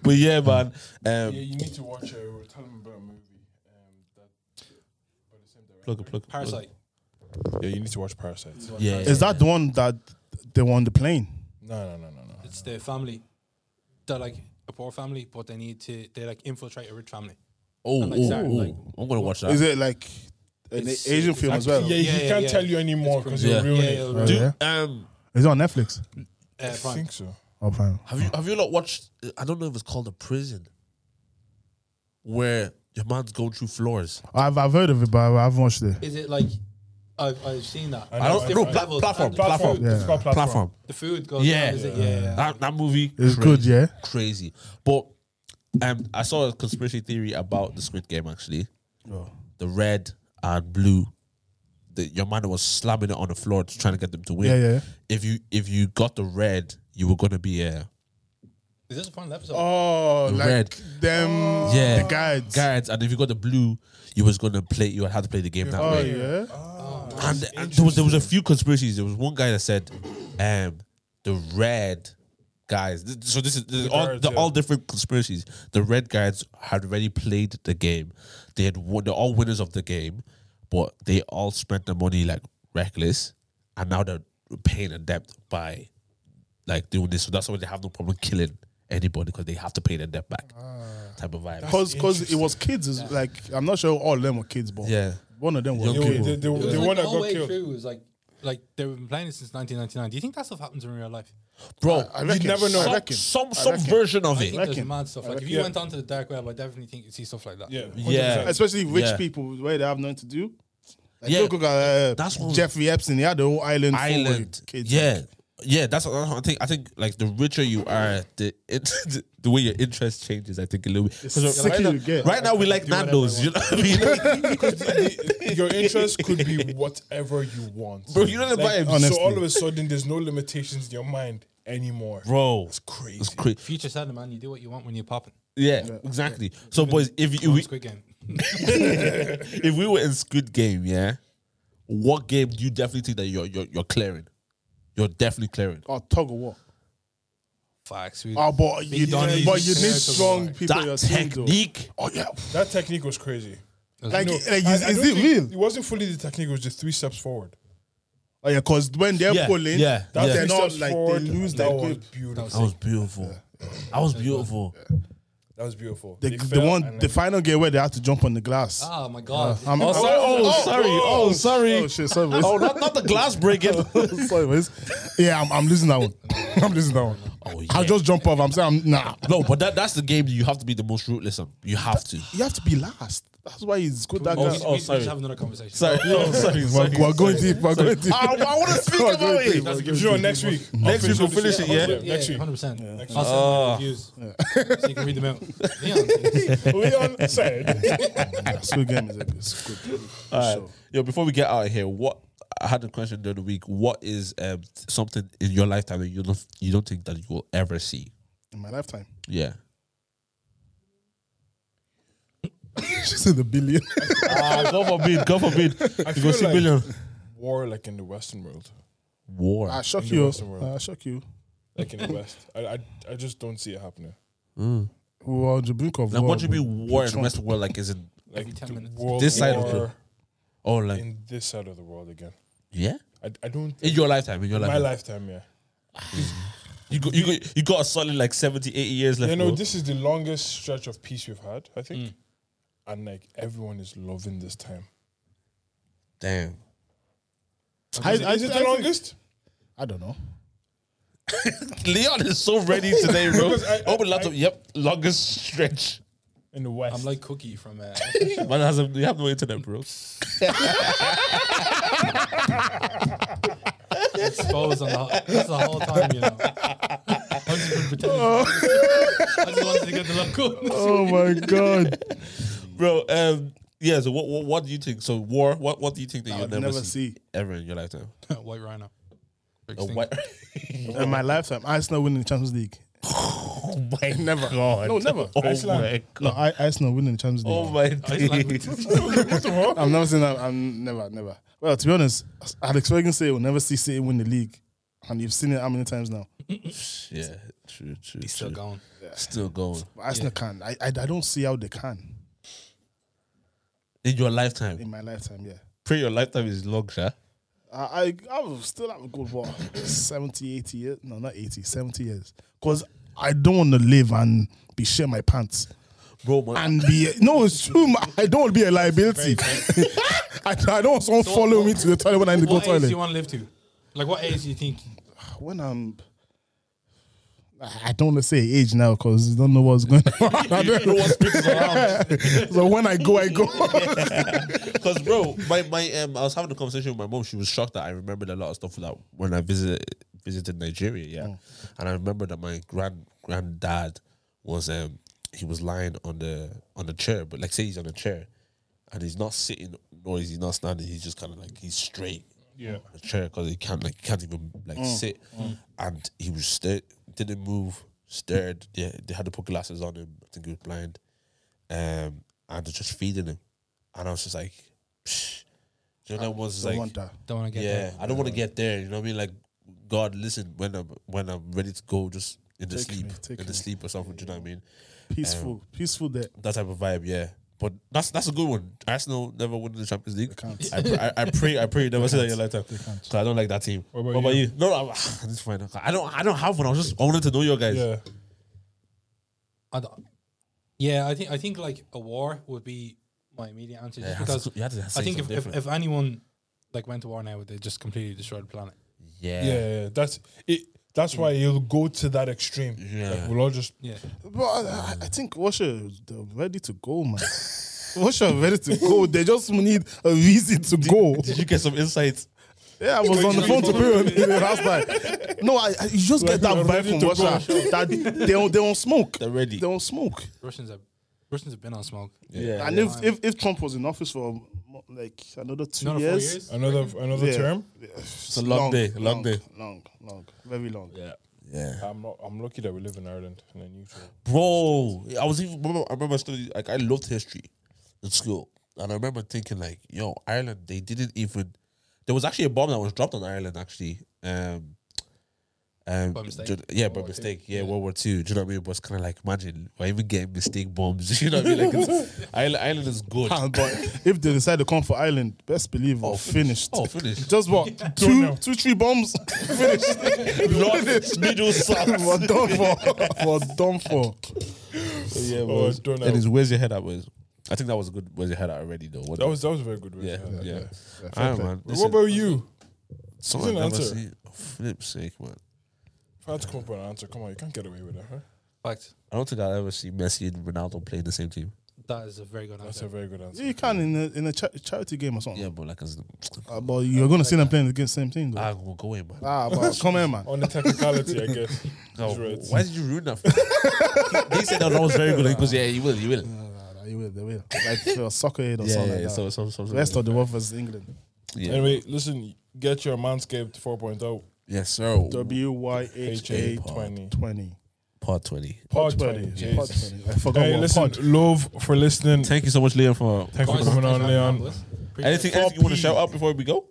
But yeah, man. Yeah, Um, you need to watch. Uh, tell them about a movie. Um, that, by the same director. plug, plug, plug. Parasite. Yeah, you need to watch Parasites. Yeah. Is that the one that they were on the plane? No, no, no, no, no. It's the family. They're like a poor family, but they need to. They like infiltrate a rich family. Oh, I'm like, oh, sorry, oh. like- I'm gonna watch that. Is it like an It's- Asian it's film as well? Yeah, Yeah, he yeah, can't yeah. tell you anymore because crazy. you'll Yeah. ruin Yeah, it. yeah, Oh, yeah. yeah? um, Is it on Netflix? Uh, I Prime. think so. Oh, fine. have you have you not watched? I don't know if it's called a prison, where your man's going through floors. I've, I've heard of it, but I haven't watched it. Is it like? I've, I've seen that. I I know, don't I know know. pla- platform, And platform, Platform. It's called platform. platform. The food goes. Yeah, down, is it? yeah, yeah. That, that movie It's crazy, good, yeah? crazy. But um, I saw a conspiracy theory about the Squid Game actually. Oh. The red and blue. The, your man was slamming it on the floor, to trying to get them to win. Yeah, yeah. If you if you got the red, you were gonna be uh, a Is this a final episode? Oh, The like red. them, Yeah. Oh. the guides. guards, and if you got the blue, you was gonna play. You had to play the game that Oh, way. yeah? And, and there was there was a few conspiracies. There was one guy that said, um, the red guys. th- So this is, this is all guards, they're yeah. all different conspiracies. The red guards had already played the game. They had won, they're all winners of the game, but they all spent their money like reckless, and now they're paying a debt by like doing this. So that's why they have no problem killing anybody because they have to pay their debt back. Ah. type of vibe. Because it was kids. Is Like, I'm not sure all of them were kids, but Yeah. one of them was Young They were- people. they- they were- It was The like one that all the got way killed. through was like, like they've been playing it since 1999. Do you think that stuff happens in real life? Bro, I reckon. never know. I some reckon. some, I some reckon. version of I it. think there's reckon. mad stuff. Like if you yeah. went onto the dark web, I definitely think you'd see stuff like that. Yeah. Yeah. Especially rich Yeah. people where they have nothing to do. Like, Yeah. look at uh, That's what- Jeffrey Epstein. He had the whole island. full with island. Kids. Yeah, yeah. That's what, that's what I think. I think like the richer you are, the the, the way your interest changes. I think a little bit. 'Cause It's sick right, you now, get. right now we like Nando's. You know what I mean? Like, Your interest could be whatever you want. Bro, you know the Like, vibes. So Honestly. all of a sudden, there's no limitations in your mind anymore. bro, It's it's crazy. cra- Future said, man, you do what you want when you're popping. yeah, exactly. So, boys, if you On we, Squid Game. if we were in Squid Game, yeah, what game do you definitely think that you're you're, you're clearing? You're definitely clearing. Or Oh, tug of war. Facts. We, Oh, but you, done it. but you need Yeah, tug of strong war. people. in your That team, though. technique. Oh yeah. That technique was crazy. Like, like No, I- is, I is don't it think- real? It wasn't fully the technique. It was just three steps forward. Oh yeah, because when they're Yeah, pulling, yeah, they're yeah. Three not steps like they forward, lose that their was grip. beautiful. That was beautiful. That was beautiful. That was beautiful. The, They the fell one, and the then- final game where they had to jump on the glass. Oh my god. I'm- Ah. Oh, sorry. Oh, sorry. Oh, sorry. Oh shit, sorry. boys. Oh, not, not the glass breaking. sorry, boys. Yeah, I'm, I'm losing that one. I'm losing that one. Oh, yeah. I'll just jump off. I'm saying, I'm, nah. no, but that, that's the game that you have to be the most ruthless on. You have to. You have to be last. That's why he's good. That oh, guy. we, oh, we, we sorry. should have another conversation. Sorry. Oh, sorry. We're, we're going deep. We're going deep. I, want to speak about it. That's a Do good you know, what, next week. Next week we'll finish it, yeah? Ah. Yeah, Next week. 100%. I'll send my reviews so you can read them out. Leon, Leon said. That's good game. Is a, it's good. Sure. Yo, before we get out of here, what I had a question during the week. What is um, something in your lifetime that you don't you don't think that you will ever see? In my lifetime, Yeah. she said the billion. Ah, God forbid. God forbid. I You go feel see like billion. war, like in the Western world, War. I shock In the you. Western world. I shock you. like in the West. I, I, I just don't see it happening. We're on the brink of Like, war. what do you mean war in the Trump. Western world? Like, is it? Like Every 10 the minutes. world This side of war the- Oh, like in this side of the world again. yeah. I, I don't. In your lifetime, in your my lifetime, lifetime, yeah. you got you got you got a solid like 70, 80 years left. You know, bro. this is the longest stretch of peace we've had, I think. And like everyone is loving this time. Damn. I, Is, I, it the I- longest? I don't know. Leon is so ready today, bro. Because I- Open I- laptop. yep, longest stretch. In the West. I'm like Cookie from. Uh, Man has a, you have no internet, bro. exposed on the, whole- this the whole time, you know. I just been pretending. I just wanted to get the local. Oh my god! bro. Um, yeah. So what, what what do you think? So war. What what do you think that I you'll would never, never see, see. ever in your lifetime? White Rhino. A white- In my lifetime, Arsenal winning the Champions League. oh my never. God. No, never. Oh my god. No, I, Arsenal winning the Champions League. Oh my days. I've never seen that. I'm never, never. Well, to be honest, Alex Ferguson said we'll never see City win the league, and you've seen it how many times now? yeah. True. True. He's still true. going. Still going. But Arsenal can. I, I, I don't see how they can In your lifetime. in my lifetime. Yeah, Pray your lifetime is long, yeah. I I, I will still have a good what 70, 80 years. No, not 80, 70 years. Because I don't want to live and be share my pants. Bro, man. and be no, it's true. ma- I don't want to be a liability. I, I don't want someone following me to the toilet when I need to go What age do toilet. you want to live to? Like, what age do you think? when I'm, I- I don't want to say age now because you don't know what's going on. I don't know what's so when I go, I go. Because bro, my, my um, I was having a conversation with my mom. She was shocked that I remembered a lot of stuff that when I visited visited Nigeria. Yeah, and I remember that my grand granddad was um he was lying on the on the chair, but like say he's on a chair, and he's not sitting nor is he not standing. He's just kind of like he's straight. Yeah. on the chair because he can't like can't even like sit, and he was sta- didn't move, stared. Yeah, they had to put glasses on him. I think he was blind um, and they're just feeding him. And I was just like, Psh. you know, that was I like, want that. Don't want to get yeah, there. I don't want to get there. You know what I mean? Like, God, listen, when I'm when I'm ready to go, just in the Take sleep, me, take in the me. sleep or something. Do you know what I mean? Peaceful, peaceful there. That type of vibe, yeah. But that's that's a good one. Arsenal never won the Champions League. I, pr- I, I pray I pray you never say that in your lifetime. Because I don't like that team. What about you? No, no, it's fine. I don't I don't have one. I was just I wanted to know your guys. Yeah. I don't- yeah, I think I think like a war would be my immediate answer, just Yeah, because you had to say I think if, something if, different. if anyone like went to war now, they just completely destroyed the planet. yeah. Yeah. Mm. yeah, That's it. That's why you'll go to that extreme. Yeah. Like, we'll all just. Yeah, But I, I think Russia, they're ready to go, man. Russia are ready to go. They just need a reason to go. Did you get some insights? Yeah, I was on the phone to Perion last night. No, I, I you just get that vibe from Russia that they don't, they don't smoke. They're ready. They don't smoke. Russians have Russians have been on smoke. Yeah. and if, if if Trump was in office for mo- like another two Another years, four years. Another another Yeah. term. it's a long day, long day. long, long, very long. Yeah. yeah. I'm not, I'm lucky that we live in Ireland and then neutral. bro. I was even remember, I remember studying like I loved history in school, and I remember thinking like, yo, Ireland, they didn't even. There was actually a bomb that was dropped on Ireland actually. Um, um, By mistake? ju- yeah, by mistake. Yeah, World War Two. Do you know what I mean? It was kind of like imagine we're even getting mistake bombs. You know what I mean? Like it's, Ireland, Ireland is good. Ah, But if they decide to come for Ireland, best believe we're finished. Oh, finished. Just what two, two, three bombs. finished. North, middle, Oh, south. we're done for. we're done for. yeah, Oh, I boys. don't know. and it's where's your head at, boys? I think that was a good where's your head at already though. What that was that was a very good. way to yeah, have yeah. that, yeah. Yeah, fair All right, play. man. What about you? someone an never answer. see? Oh, flip's sake, man. If I had to come up with an answer, come on, you can't get away with that, huh? Fact. I don't think I'll ever see Messi and Ronaldo playing the same team. That is a very good That's a answer. very good answer. Yeah, you can in a, in a cha- charity game or something. Yeah, but like, as, Uh, but you're gonna see them playing against the same team though. I will go in, Ah, man. ah, but come here, man. On the technicality, I guess. No, He's right. why did you ruin that? For he said that, that was very good. He goes, yeah, you will, you will. Nah, Ah, nah, nah, you will, they will. Like for a soccer head or Yeah, something yeah, like that. so, so, so, so- Rest of the world versus England. yeah. Anyway, listen, get your Manscaped 4.0 yes, sir. W Y H A HA20. twenty. Part twenty. Part 20. Yeah, Pod Jesus. twenty. I forgot Hey, what listen, pod. love for listening. Thank you so much, Leon, for Thanks for Guys, coming on, thanks for having me Leon. boys. Appreciate anything. it. Anything you want to shout out before we go?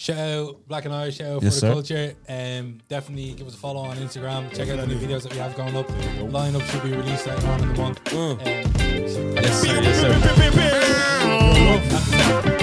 Shout out Black and Irish, shout out Yes, for the sir. culture. Um, definitely give us a follow on Instagram. Check out the new videos that we have going up. Lineup should be released later on in the month. Um, so- Yes, sir. Yes, sir. Love. That's it.